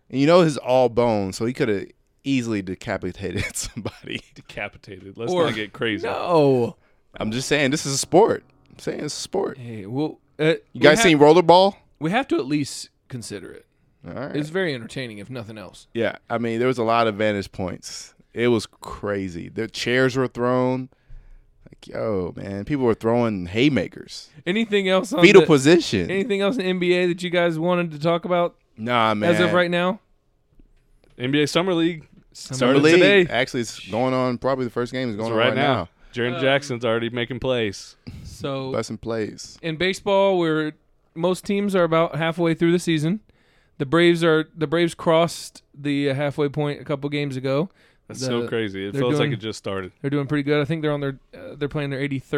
Speaker 3: And you know his all bone, so he could have easily decapitated somebody.
Speaker 2: Decapitated. Let's
Speaker 1: Or-
Speaker 2: not get crazy.
Speaker 1: No.
Speaker 3: I'm just saying this is a sport. I'm saying it's a sport.
Speaker 1: Hey, well, uh,
Speaker 3: You guys
Speaker 1: we
Speaker 3: seen
Speaker 1: Have,
Speaker 3: rollerball?
Speaker 1: we have to at least consider it.
Speaker 3: All right.
Speaker 1: It's very entertaining, if nothing else.
Speaker 3: Yeah, I mean, there was a lot of vantage points. It was crazy. The chairs were thrown. Like, yo, man, people were throwing haymakers,
Speaker 1: Anything else on
Speaker 3: fetal
Speaker 1: the-
Speaker 3: position.
Speaker 1: anything else in NBA that you guys wanted to talk about
Speaker 3: nah, man.
Speaker 1: as of right now?
Speaker 2: NBA Summer League
Speaker 3: Summer
Speaker 2: Started
Speaker 3: league.
Speaker 2: today.
Speaker 3: Actually, it's going on. Probably the first game is going
Speaker 2: is
Speaker 3: on
Speaker 2: right,
Speaker 3: right
Speaker 2: now.
Speaker 3: now.
Speaker 2: Jaren
Speaker 1: Um,
Speaker 2: Jackson's already making plays.
Speaker 1: So
Speaker 3: Blessing plays.
Speaker 1: in baseball, where most teams are about halfway through the season. The Braves are the Braves crossed the uh, halfway point a couple games ago.
Speaker 2: That's
Speaker 1: The-
Speaker 2: so crazy. It
Speaker 1: they're
Speaker 2: feels like
Speaker 1: doing-
Speaker 2: it just started.
Speaker 1: They're doing pretty good. I think they're on their uh, they're playing their 83rd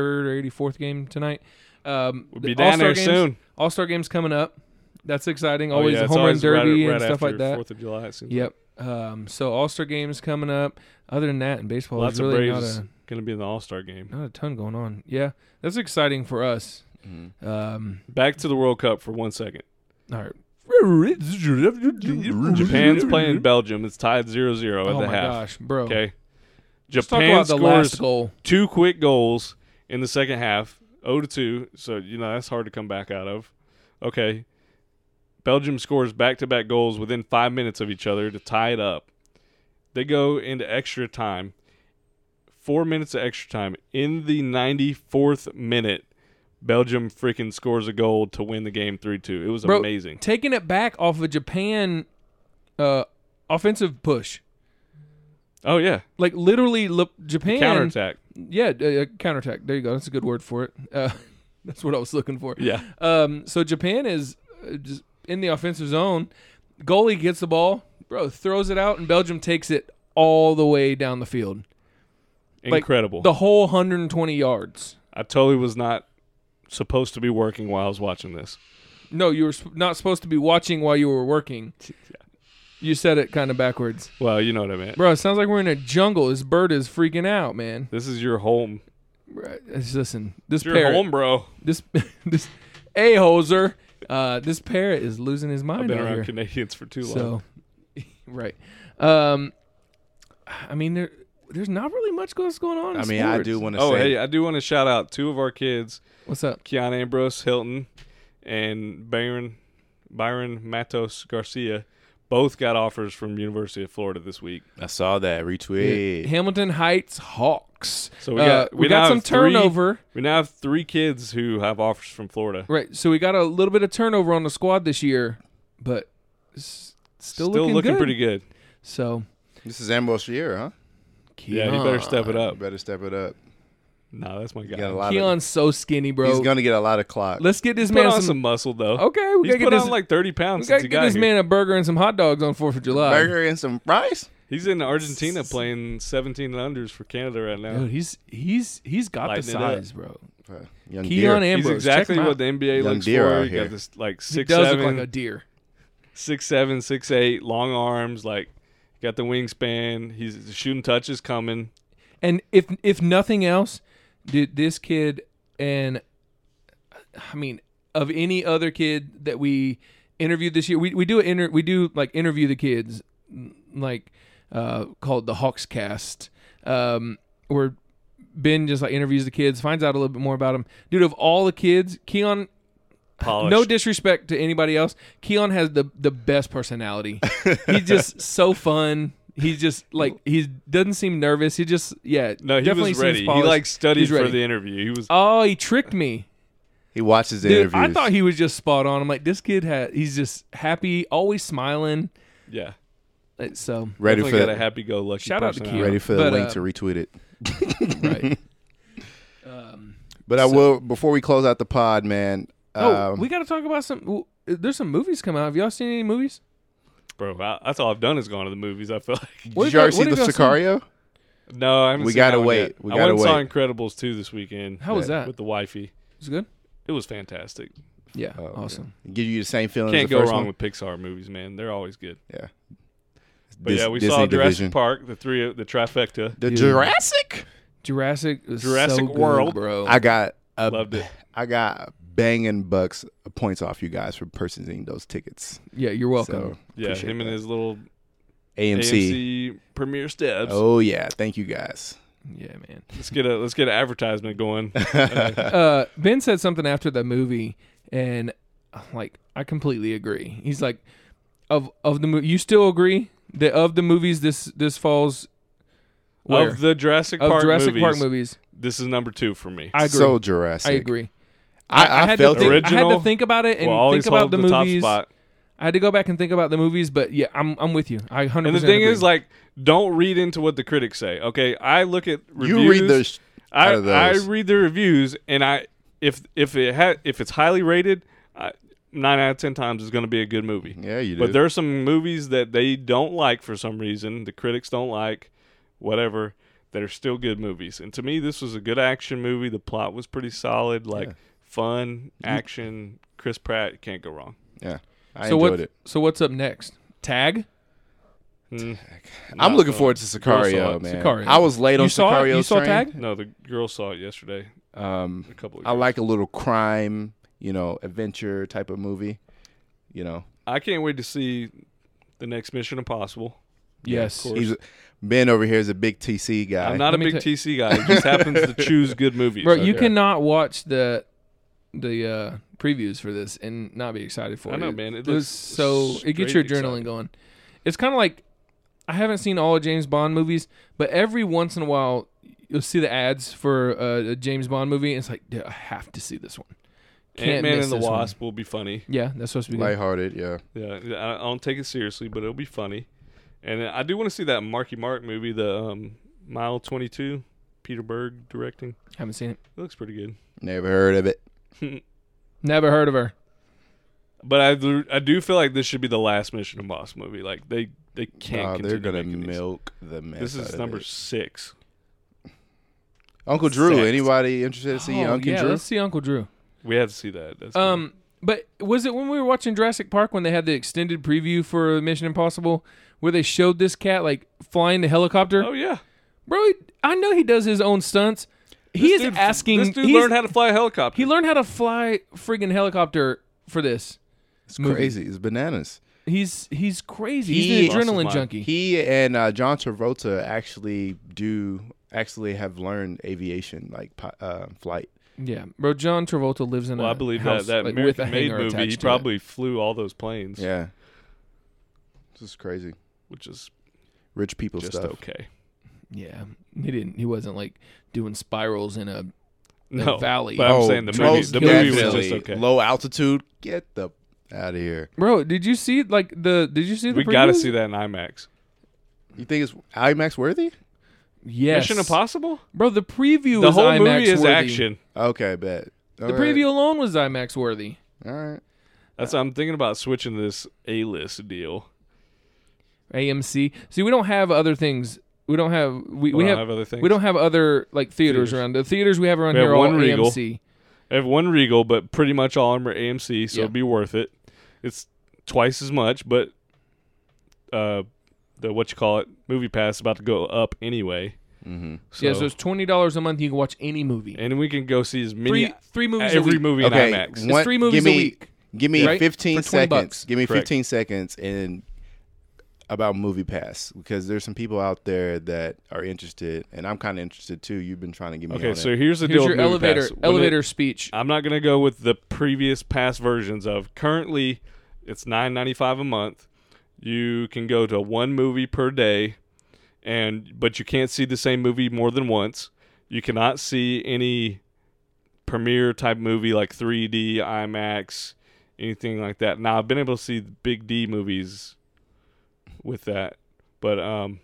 Speaker 1: or 84th game tonight. Um,
Speaker 2: We'll be down there soon.
Speaker 1: All Star games coming up. That's exciting. Always
Speaker 2: oh, yeah,
Speaker 1: the
Speaker 2: it's
Speaker 1: home
Speaker 2: always
Speaker 1: run derby
Speaker 2: right,
Speaker 1: and
Speaker 2: right
Speaker 1: stuff
Speaker 2: after
Speaker 1: like that.
Speaker 2: Fourth of July. it seems
Speaker 1: Yep. Um, so All Star games coming up. Other than that, in baseball,
Speaker 2: like. Lots
Speaker 1: there's really
Speaker 2: of Braves
Speaker 1: not
Speaker 2: going to be in the All Star game.
Speaker 1: a not a ton going on. Yeah, that's exciting for us.
Speaker 3: Mhm.
Speaker 1: Um,
Speaker 2: Back to the World Cup for one second.
Speaker 1: all right.
Speaker 2: Japan's playing Belgium. It's tied 0 0 at
Speaker 1: Oh
Speaker 2: the
Speaker 1: my
Speaker 2: half.
Speaker 1: gosh, bro!
Speaker 2: Okay.
Speaker 1: Let's talk
Speaker 2: Japan
Speaker 1: about the
Speaker 2: scores
Speaker 1: last goal.
Speaker 2: two quick goals in the second half 0 to 2. So, you know, that's hard to come back out of. Okay. Belgium scores back to back goals within five minutes of each other to tie it up. They go into extra time. Four minutes of extra time. In the 94th minute, Belgium freaking scores a goal to win the game 3 2. It was
Speaker 1: Bro,
Speaker 2: amazing.
Speaker 1: Taking it back off of Japan uh, offensive push,
Speaker 2: Oh, yeah.
Speaker 1: like literally Le- Japan
Speaker 2: Counterattack.
Speaker 1: Yeah, uh, counterattack. There you go. That's a good word for it. Uh, that's what I was looking for.
Speaker 2: Yeah.
Speaker 1: Um, so Japan is uh, just in the offensive zone. Goalie gets the ball, bro, throws it out, and Belgium takes it all the way down the field, Like,
Speaker 2: Incredible.
Speaker 1: the whole 120 yards.
Speaker 2: I totally was not supposed to be working while I was watching this.
Speaker 1: No, you were sp- not supposed to be watching while you were working. You said it kind of backwards,
Speaker 2: Well, you know what I meant.
Speaker 1: bro. It sounds like we're in a jungle. This bird is freaking out, man.
Speaker 2: This is your home.
Speaker 1: Bro, it's- Listen, this
Speaker 2: It's your
Speaker 1: parrot,
Speaker 2: home, bro.
Speaker 1: this this a hoser, uh, this parrot is losing his mind
Speaker 2: I've been
Speaker 1: out
Speaker 2: around
Speaker 1: here.
Speaker 2: Canadians for too long.
Speaker 1: So, right. Um, I mean, there, there's not really much goes going on. in
Speaker 3: I mean, I
Speaker 1: sports.
Speaker 3: do want to
Speaker 2: oh,
Speaker 3: say
Speaker 2: hey, I do want to shout out two of our kids,
Speaker 1: What's up?
Speaker 2: Keon Ambrose Hilton and Byron Byron Matos Garcia, both got offers from University of Florida this week.
Speaker 3: I saw that retweet.
Speaker 1: Hamilton Heights Hawks.
Speaker 2: So we got-
Speaker 1: Uh,
Speaker 2: we now
Speaker 1: got some
Speaker 2: have three-
Speaker 1: turnover.
Speaker 2: We now have three kids who have offers from Florida.
Speaker 1: Right. So we got a little bit of turnover on the squad this year, but s- still,
Speaker 2: Still looking,
Speaker 1: good.
Speaker 2: pretty good.
Speaker 1: So
Speaker 3: This is Ambrose year, huh?
Speaker 2: Yeah, you better step it up.
Speaker 3: Better step it up.
Speaker 2: No, that's my
Speaker 3: He got a
Speaker 2: guy.
Speaker 3: lot of,
Speaker 1: Keon's so skinny, bro.
Speaker 3: he's gonna get a lot of clock.
Speaker 1: Let's get this
Speaker 2: He's
Speaker 1: man
Speaker 2: put on
Speaker 1: some.
Speaker 2: some muscle though.
Speaker 1: Okay, we
Speaker 2: He's
Speaker 1: gotta get
Speaker 2: put
Speaker 1: this.
Speaker 2: on like thirty pounds
Speaker 1: we
Speaker 2: since
Speaker 1: gotta
Speaker 2: he
Speaker 1: get
Speaker 2: got
Speaker 1: this
Speaker 2: here.
Speaker 1: man a burger and some hot dogs on Fourth of July.
Speaker 3: Burger and some fries.
Speaker 2: He's in Argentina playing 17 and unders for Canada right now.
Speaker 1: Dude, he's he's he's got the
Speaker 2: Lighten it up.
Speaker 1: size, bro.
Speaker 3: Uh,
Speaker 1: Keon
Speaker 3: Young deer.
Speaker 2: He's
Speaker 1: Ambrose, check
Speaker 2: exactly
Speaker 1: him out.
Speaker 2: what the NBA
Speaker 3: Young
Speaker 2: looks
Speaker 3: deer
Speaker 2: for.
Speaker 3: out
Speaker 2: He
Speaker 3: here.
Speaker 2: got this like
Speaker 1: He
Speaker 2: six
Speaker 1: does
Speaker 2: seven,
Speaker 1: look like a deer.
Speaker 2: six seven, six eight, long arms. Like got the wingspan. He's the shooting touch is coming.
Speaker 1: And if if nothing else, did this kid and I mean of any other kid that we interviewed this year, we we do a inter, we do like interview the kids n- like uh called the Hawks Cast. Um where Ben just like interviews the kids, finds out a little bit more about them. Dude, of all the kids, Keon
Speaker 2: Polished.
Speaker 1: No disrespect to anybody else. Keon has the the best personality. he's just so fun. He's just like he doesn't seem nervous. He just yeah.
Speaker 2: no, he
Speaker 1: definitely
Speaker 2: was
Speaker 1: seems
Speaker 2: ready. He
Speaker 1: polished.
Speaker 2: like studied
Speaker 1: He's
Speaker 2: for
Speaker 1: ready.
Speaker 2: the interview. He was.
Speaker 1: Oh, he tricked me.
Speaker 3: He watches the
Speaker 1: Dude,
Speaker 3: interviews.
Speaker 1: I thought he was just spot on. I'm like, this kid had he's just happy, always smiling.
Speaker 2: yeah,
Speaker 1: Like, So
Speaker 3: ready for
Speaker 2: definitely got a
Speaker 3: that.
Speaker 2: happy go lucky.
Speaker 1: Shout out to
Speaker 3: Ready for the
Speaker 1: But,
Speaker 3: link
Speaker 1: uh,
Speaker 3: to retweet it.
Speaker 1: right. um,
Speaker 3: But I will before we close out the pod, man.
Speaker 1: oh,
Speaker 3: um,
Speaker 1: we got to talk about some. w- There's some movies coming out. Have y'all seen any movies?
Speaker 2: bro. I, that's all I've done is gone to the movies. I feel like
Speaker 1: What
Speaker 3: did
Speaker 1: did
Speaker 3: you
Speaker 1: y'all-
Speaker 3: already see
Speaker 1: what
Speaker 3: the
Speaker 1: did y'all see?
Speaker 3: Sicario?
Speaker 2: no, I haven't.
Speaker 3: We
Speaker 2: seen that
Speaker 3: gotta
Speaker 2: one
Speaker 3: wait.
Speaker 2: yet.
Speaker 3: We
Speaker 2: I
Speaker 3: gotta
Speaker 2: went and
Speaker 3: wait.
Speaker 2: saw Incredibles two this weekend
Speaker 1: How was that?
Speaker 2: with the wifey.
Speaker 1: Was it good?
Speaker 2: It was fantastic.
Speaker 1: Yeah,
Speaker 3: Oh, okay.
Speaker 1: awesome.
Speaker 3: Give you the same feeling.
Speaker 2: Can't
Speaker 3: as the
Speaker 2: go
Speaker 3: first
Speaker 2: wrong
Speaker 3: one?
Speaker 2: with Pixar movies, man. They're always good.
Speaker 3: Yeah.
Speaker 2: But
Speaker 3: Dis-
Speaker 2: yeah, we
Speaker 3: Disney
Speaker 2: saw Jurassic
Speaker 3: division.
Speaker 2: Park, the three, the trifecta.
Speaker 3: The
Speaker 1: Dude.
Speaker 3: Jurassic.
Speaker 1: Jurassic was
Speaker 2: Jurassic
Speaker 1: so good,
Speaker 2: World.
Speaker 1: bro.
Speaker 3: I got a,
Speaker 2: Loved it.
Speaker 3: I got banging bucks points off you guys for purchasing those tickets.
Speaker 1: yeah, you're welcome.
Speaker 3: So,
Speaker 2: Yeah,
Speaker 3: appreciate
Speaker 2: him and
Speaker 3: that.
Speaker 2: his little
Speaker 3: AMC.
Speaker 2: AMC premiere steps.
Speaker 3: Oh yeah, thank you guys.
Speaker 1: Yeah, man.
Speaker 2: Let's get a let's get an advertisement going.
Speaker 1: uh, ben said something after the movie, and like I completely agree. He's like, of of the movie, you still agree that of the movies this this falls where?
Speaker 2: Of the Jurassic
Speaker 1: Of
Speaker 2: Park
Speaker 1: Jurassic
Speaker 2: movies,
Speaker 1: Park movies,
Speaker 2: This is number two for me.
Speaker 1: I agree.
Speaker 3: So Jurassic.
Speaker 1: I agree.
Speaker 3: I, I,
Speaker 1: had
Speaker 3: felt
Speaker 1: to think,
Speaker 3: it.
Speaker 1: I had to
Speaker 2: Original
Speaker 1: think about it and
Speaker 2: will always
Speaker 1: think about
Speaker 2: hold
Speaker 1: the,
Speaker 2: the, top
Speaker 1: movies.
Speaker 2: spot.
Speaker 1: I had to go back and think about the movies, but yeah, I'm I'm with you. I hundred.
Speaker 2: And the thing is, like, don't read into what the critics say. Okay, I look at reviews.
Speaker 3: You read the sh-
Speaker 2: I,
Speaker 3: out of those.
Speaker 2: I read the reviews, and I if if it ha- if it's highly rated, I, nine out of ten times is going to be a good movie.
Speaker 3: yeah, you do.
Speaker 2: But there are some movies that they don't like for some reason. The critics don't like, whatever. That are still good movies. And to me, this was a good action movie. The plot was pretty solid, like fun action. Chris Pratt can't go wrong.
Speaker 3: yeah, I
Speaker 1: so
Speaker 3: enjoyed
Speaker 1: what?
Speaker 3: it.
Speaker 1: So what's up next? Tag.
Speaker 2: Hmm.
Speaker 3: I'm
Speaker 2: Not
Speaker 3: looking
Speaker 2: so-
Speaker 3: forward to
Speaker 2: Girl saw
Speaker 3: Sicario,
Speaker 2: it.
Speaker 3: man.
Speaker 1: Sicario.
Speaker 3: I was late on
Speaker 1: you saw it?
Speaker 3: Sicario.
Speaker 1: You saw
Speaker 3: train.
Speaker 1: Tag?
Speaker 2: No, the girl saw it yesterday.
Speaker 3: Um,
Speaker 2: A couple. Of
Speaker 3: I like a little crime, you know, adventure type of movie. You know,
Speaker 2: I can't wait to see the next Mission Impossible.
Speaker 1: Yes. uh,
Speaker 2: of course.
Speaker 3: he's Ben over here is a big TC guy.
Speaker 2: I'm not a
Speaker 1: Let me
Speaker 2: big
Speaker 1: ta-
Speaker 2: TC guy. He just happens to choose good movies.
Speaker 1: Bro, you
Speaker 3: Okay.
Speaker 1: cannot watch the the uh, previews for this and not be excited for it.
Speaker 2: I know, man. It
Speaker 1: was
Speaker 2: looks
Speaker 1: so it gets your
Speaker 2: straight
Speaker 1: adrenaline
Speaker 2: exciting.
Speaker 1: going. It's kind of like I haven't seen all of James Bond movies, but every once in a while you'll see the ads for uh, a James Bond movie, and it's like, dude, I have to see this one. Can't
Speaker 2: Ant Man
Speaker 1: miss
Speaker 2: and the
Speaker 1: this one.
Speaker 2: Wasp will be funny.
Speaker 1: Yeah, that's supposed to be good.
Speaker 3: Lighthearted, yeah.
Speaker 2: Yeah, I I don't take it seriously, but it'll be funny. And I do want to see that Marky Mark movie, the um, Mile 22, Peter Berg directing.
Speaker 1: Haven't seen it.
Speaker 2: It looks pretty good.
Speaker 3: Never heard of it.
Speaker 1: Never heard of her.
Speaker 2: But I, do- I do feel like this should be the last Mission Impossible movie. Like they they
Speaker 3: Nah,
Speaker 2: can't.
Speaker 3: they're gonna
Speaker 2: making these.
Speaker 3: milk the mess.
Speaker 2: This
Speaker 3: out
Speaker 2: is
Speaker 3: of
Speaker 2: number
Speaker 3: it.
Speaker 2: six.
Speaker 3: Uncle Drew.
Speaker 2: six.
Speaker 3: Anybody interested to see
Speaker 1: Oh,
Speaker 3: Uncle
Speaker 1: yeah,
Speaker 3: Drew?
Speaker 1: let's see Uncle Drew.
Speaker 2: We have to see that. That's gonna-
Speaker 1: Um, but was it when we were watching Jurassic Park when they had the extended preview for Mission Impossible where they showed this cat like flying the helicopter?
Speaker 2: oh yeah.
Speaker 1: Bro, he- I know he does his own stunts. He is
Speaker 2: This dude-
Speaker 1: asking.
Speaker 2: This dude
Speaker 1: he's-
Speaker 2: learned how to fly a helicopter.
Speaker 1: he learned how to fly friggin' helicopter for this.
Speaker 3: It's
Speaker 1: movie.
Speaker 3: crazy. It's bananas.
Speaker 1: He's he's crazy.
Speaker 3: He-
Speaker 1: he's an
Speaker 2: Lost his
Speaker 1: adrenaline
Speaker 2: mind.
Speaker 1: junkie.
Speaker 3: He and uh, John Travolta actually do actually have learned aviation, like pi- uh, flight.
Speaker 1: yeah, bro. John Travolta lives in
Speaker 2: Well,
Speaker 1: a
Speaker 2: I believe
Speaker 1: house,
Speaker 2: that that
Speaker 1: like, with a
Speaker 2: American Made
Speaker 1: hangar
Speaker 2: movie,
Speaker 1: attached
Speaker 2: he
Speaker 1: to it.
Speaker 2: probably flew all those planes,
Speaker 3: Yeah, this is crazy.
Speaker 2: which is
Speaker 3: Rich people
Speaker 2: just
Speaker 3: stuff.
Speaker 2: okay.
Speaker 1: Yeah, he didn't. He wasn't like doing spirals in a.
Speaker 2: No,
Speaker 1: Valley.
Speaker 2: But I'm saying the movie,
Speaker 3: Oh, most
Speaker 2: the movie was
Speaker 3: definitely.
Speaker 2: just okay.
Speaker 3: Low altitude. Get the out of here.
Speaker 1: Bro, did you see like the? Did you see the?
Speaker 2: We got to
Speaker 1: previews?
Speaker 2: see that in IMAX.
Speaker 3: You think it's IMAX worthy?
Speaker 1: Yes.
Speaker 2: Mission Impossible.
Speaker 1: Bro, the preview
Speaker 2: The
Speaker 1: is
Speaker 2: whole
Speaker 1: IMAX
Speaker 2: movie is
Speaker 1: worthy.
Speaker 2: action.
Speaker 3: Okay, bet. All
Speaker 1: The
Speaker 3: right.
Speaker 1: preview alone was IMAX worthy.
Speaker 3: All right.
Speaker 2: That's
Speaker 1: Uh,
Speaker 2: I'm thinking about switching this A list deal.
Speaker 1: AMC. See, we don't have other things. We don't have we,
Speaker 2: We,
Speaker 1: we
Speaker 2: don't
Speaker 1: have,
Speaker 2: have, other things.
Speaker 1: we don't have other like theaters,
Speaker 2: Theaters.
Speaker 1: around. The theaters we have around
Speaker 2: We have
Speaker 1: here are
Speaker 2: one
Speaker 1: all
Speaker 2: Regal.
Speaker 1: AMC.
Speaker 2: I have one Regal, but pretty much all of them are AMC, so
Speaker 1: Yeah.
Speaker 2: it'd be worth it. It's twice as much, but uh, the what you call it movie pass is about to go up anyway.
Speaker 3: Mm-hmm.
Speaker 2: So,
Speaker 1: yeah, so it's twenty dollars a month. You can watch any movie.
Speaker 2: and we can go see as many
Speaker 1: three three movies a
Speaker 2: every
Speaker 1: week.
Speaker 2: movie
Speaker 3: Okay,
Speaker 2: in IMAX.
Speaker 1: It's
Speaker 3: One-
Speaker 1: three movies
Speaker 3: give me-
Speaker 1: a week.
Speaker 3: Give me
Speaker 1: Right?
Speaker 3: 15
Speaker 1: For 20
Speaker 3: seconds.
Speaker 1: bucks.
Speaker 3: Give me
Speaker 2: Correct.
Speaker 3: 15 seconds and about Movie Pass because there's some people out there that are interested, and I'm kind of interested too. You've been trying to give me
Speaker 2: Okay,
Speaker 3: on
Speaker 2: so
Speaker 3: it.
Speaker 2: here's the
Speaker 1: Here's
Speaker 2: deal.
Speaker 1: your
Speaker 2: with Movie
Speaker 1: elevator
Speaker 2: Pass. When
Speaker 1: elevator
Speaker 2: It,
Speaker 1: speech.
Speaker 2: I'm not gonna go with the previous past versions of. Currently, it's nine ninety five a month. You can go to one movie per day, and but you can't see the same movie more than once. You cannot see any premiere type movie like 3D, IMAX, anything like that. Now I've been able to see the big D movies with that, but um,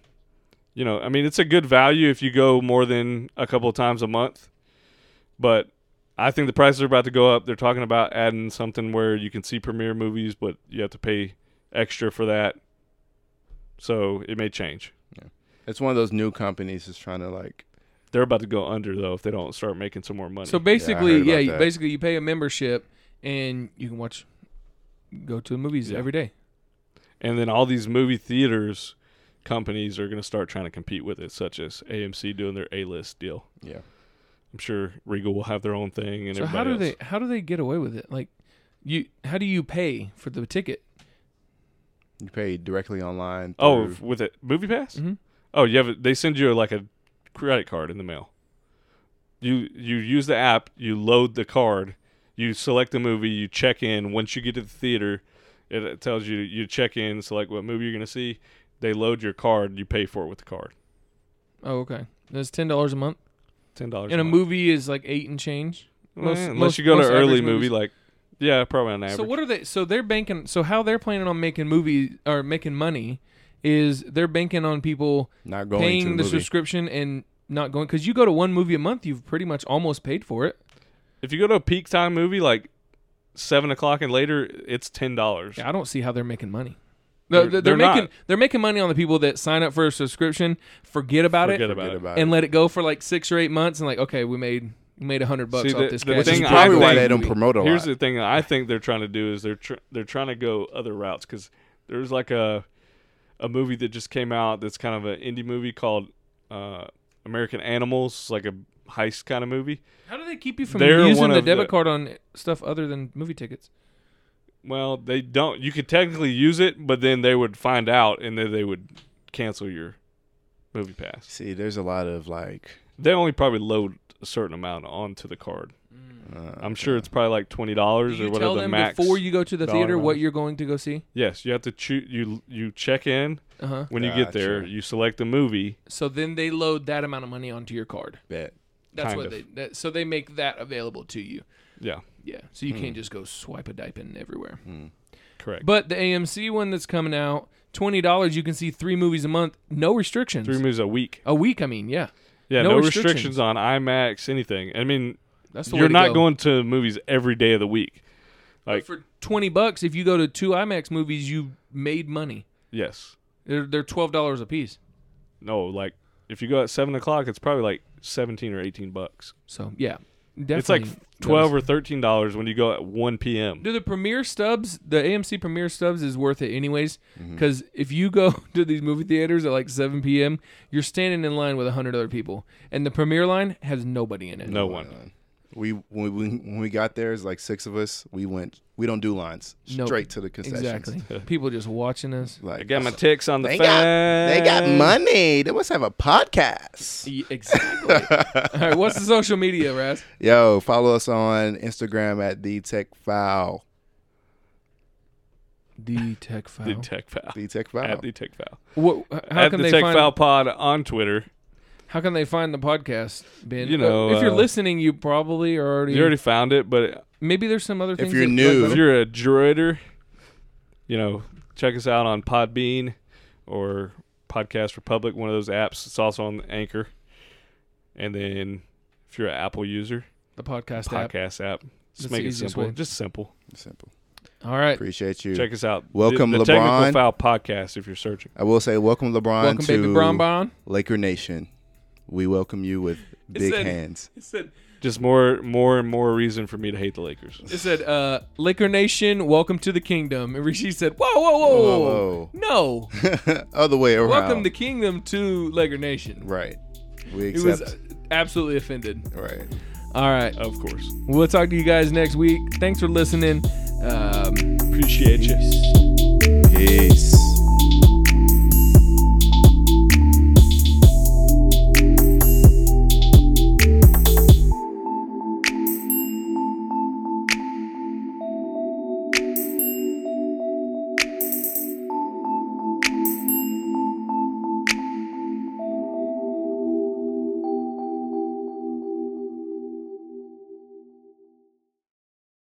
Speaker 2: you know, I mean, it's a good value if you go more than a couple of times a month. But I think the prices are about to go up. They're talking about adding something where you can see premiere movies, but you have to pay extra for that. So it may change.
Speaker 3: it's one of those new companies that's trying to like.
Speaker 2: They're about to go under though if they don't start making some more money.
Speaker 1: So basically,
Speaker 3: about
Speaker 1: yeah, you
Speaker 3: that.
Speaker 1: basically you pay a membership and you can watch go to the movies
Speaker 2: Yeah.
Speaker 1: every day.
Speaker 2: and then all these movie theaters companies are going to start trying to compete with it, such as AMC doing their A list deal.
Speaker 3: Yeah,
Speaker 2: I'm sure Regal will have their own thing. And
Speaker 1: So how
Speaker 2: everybody
Speaker 1: do
Speaker 2: else.
Speaker 1: they how do they get away with it? Like you how do you pay for the ticket?
Speaker 3: you pay directly online.
Speaker 2: Oh,
Speaker 3: through-
Speaker 2: f- with it, Movie Pass.
Speaker 1: Mhm.
Speaker 2: Oh, you have. A, they send you like a credit card in the mail. You you use the app. You load the card. You select the movie. You check in. Once you get to the theater, it, it tells you you check in, select what movie you're going to see. They load your card. You pay for it with the card.
Speaker 1: Oh, okay. That's ten dollars a month.
Speaker 2: ten dollars.
Speaker 1: And a movie is like eight and change. most-
Speaker 2: unless
Speaker 1: most-
Speaker 2: you go to
Speaker 1: most
Speaker 2: early
Speaker 1: average
Speaker 2: movie,
Speaker 1: movies.
Speaker 2: like yeah, probably on average.
Speaker 1: So what are they? So they're banking. So how they're planning on making movie or making money is they're banking on people
Speaker 3: Not going
Speaker 1: paying
Speaker 3: to the,
Speaker 1: the
Speaker 3: movie.
Speaker 1: subscription and not going because you go to one movie a month, you've pretty much almost paid for it.
Speaker 2: if you go to a peak time movie like seven o'clock and later, it's ten dollars.
Speaker 1: Yeah, I don't see how they're making money.
Speaker 2: They're-
Speaker 1: They're, they're,
Speaker 2: they're
Speaker 1: making
Speaker 2: not.
Speaker 1: they're making money on the people that sign up for a subscription, forget about
Speaker 2: Forget
Speaker 1: it,
Speaker 2: about
Speaker 3: Forget
Speaker 2: it.
Speaker 3: about
Speaker 1: and
Speaker 3: it.
Speaker 1: let it go for like six or eight months, and like okay, we made we made a hundred bucks
Speaker 2: See,
Speaker 1: off
Speaker 2: the-
Speaker 1: this.
Speaker 2: the
Speaker 1: guy.
Speaker 3: Which
Speaker 2: thing
Speaker 3: is probably
Speaker 2: I
Speaker 3: why
Speaker 2: think-
Speaker 3: they don't promote a lot.
Speaker 2: Here's the thing that I think they're trying to do is they're tr- they're trying to go other routes because there's like a a movie that just came out that's kind of an indie movie called uh, American Animals, It's like a heist kind of movie.
Speaker 1: How do they keep you from
Speaker 2: They're one
Speaker 1: using the
Speaker 2: of
Speaker 1: debit
Speaker 2: the-
Speaker 1: card on stuff other than movie tickets?
Speaker 2: Well, they don't. You could technically use it, but then they would find out and then they would cancel your movie pass.
Speaker 3: See, there's a lot of like.
Speaker 2: They only probably load a certain amount onto the card.
Speaker 3: Uh,
Speaker 2: I'm sure it's probably like twenty dollars
Speaker 1: Do
Speaker 2: or
Speaker 1: you
Speaker 2: whatever
Speaker 1: tell
Speaker 2: the
Speaker 1: them
Speaker 2: max.
Speaker 1: before you go to the
Speaker 2: dollar
Speaker 1: theater what
Speaker 2: amount.
Speaker 1: you're going to go see?
Speaker 2: yes, you have to choose. You you check in
Speaker 1: Uh huh.
Speaker 2: when you get there.
Speaker 3: Gotcha.
Speaker 2: You select the movie.
Speaker 1: So then they load that amount of money onto your card.
Speaker 3: bet.
Speaker 1: That's
Speaker 2: Kind
Speaker 1: what
Speaker 2: of.
Speaker 1: they. That, so they make that available to you.
Speaker 2: Yeah,
Speaker 1: Yeah. So you
Speaker 2: Hmm.
Speaker 1: can't just go swipe a diaper in everywhere.
Speaker 2: correct.
Speaker 1: But the AMC one that's coming out, twenty dollars, you can see three movies a month, no restrictions.
Speaker 2: Three movies a week.
Speaker 1: a week, I mean, yeah.
Speaker 2: Yeah,
Speaker 1: No
Speaker 2: no,
Speaker 1: restrictions.
Speaker 2: restrictions. on IMAX anything. I mean,
Speaker 1: That's the way
Speaker 2: you're
Speaker 1: to
Speaker 2: not
Speaker 1: go.
Speaker 2: going to movies every day of the week. Like
Speaker 1: for twenty bucks. If you go to two IMAX movies, you made money.
Speaker 2: yes,
Speaker 1: They're they're twelve dollars a piece.
Speaker 2: no. Like if you go at seven o'clock, it's probably like seventeen or eighteen bucks.
Speaker 1: So yeah, definitely.
Speaker 2: it's like twelve or thirteen dollars when you go at one p.m.
Speaker 1: Do the premiere stubs, the AMC premiere stubs, is worth it anyways?
Speaker 2: Mm-hmm.
Speaker 1: Because if you go to these movie theaters at like 7 p.m., you're standing in line with 100 other people, and the premiere line has nobody in it.
Speaker 2: No one.
Speaker 3: We when, we when we got there, it's like six of us. We went. We don't do lines.
Speaker 1: Nope.
Speaker 3: Straight to the concessions.
Speaker 1: exactly. people just watching us.
Speaker 3: Like
Speaker 2: I got my ticks on the
Speaker 3: They got- they got
Speaker 2: fan.
Speaker 3: money. They must have a podcast.
Speaker 1: E- Exactly. All right, what's the social media, Raz?
Speaker 3: Yo, follow us on Instagram at the Tech File.
Speaker 1: The Tech File.
Speaker 2: The tech foul.
Speaker 3: The Tech File.
Speaker 2: At the tech foul.
Speaker 1: What, how
Speaker 2: at
Speaker 1: can
Speaker 2: the
Speaker 1: they
Speaker 2: tech
Speaker 1: find
Speaker 2: foul pod on Twitter.
Speaker 1: How can they find the podcast, Ben?
Speaker 2: You know,
Speaker 1: Uh, if you're
Speaker 2: uh,
Speaker 1: listening, you probably are already,
Speaker 2: You already found it, but
Speaker 1: Maybe there's some other things.
Speaker 3: you're
Speaker 1: that-
Speaker 3: new-
Speaker 2: if you're a droider, you know, check us out on Podbean or Podcast Republic, one of those apps. It's also on Anchor. And then if you're an Apple user,
Speaker 1: the podcast app.
Speaker 2: podcast app.
Speaker 1: That's the
Speaker 2: Just make it
Speaker 1: easiest
Speaker 2: simple.
Speaker 1: way.
Speaker 2: Just simple.
Speaker 3: Simple.
Speaker 1: All right.
Speaker 3: Appreciate you.
Speaker 2: Check us out.
Speaker 3: Welcome,
Speaker 2: the, the Technical
Speaker 3: LeBron.
Speaker 2: Foul Podcast if you're searching.
Speaker 3: I will say, welcome LeBron
Speaker 1: Welcome,
Speaker 3: to
Speaker 1: baby Brown Brown.
Speaker 3: Laker Nation. We welcome you with big
Speaker 1: said-
Speaker 3: hands.
Speaker 1: It said,
Speaker 2: Just more more and more reason for me to hate the Lakers.
Speaker 1: it said, uh, Laker Nation, welcome to the kingdom. And Rishi said, whoa, whoa, whoa, whoa,
Speaker 3: Whoa, whoa.
Speaker 1: no.
Speaker 3: Other way around.
Speaker 1: welcome the kingdom to Laker Nation.
Speaker 3: right. We
Speaker 1: He
Speaker 3: accept.
Speaker 1: was uh, absolutely offended.
Speaker 3: right.
Speaker 1: All right.
Speaker 2: Of course.
Speaker 1: We'll talk to you guys next week. Thanks for listening. Um,
Speaker 2: Appreciate you.
Speaker 3: Peace.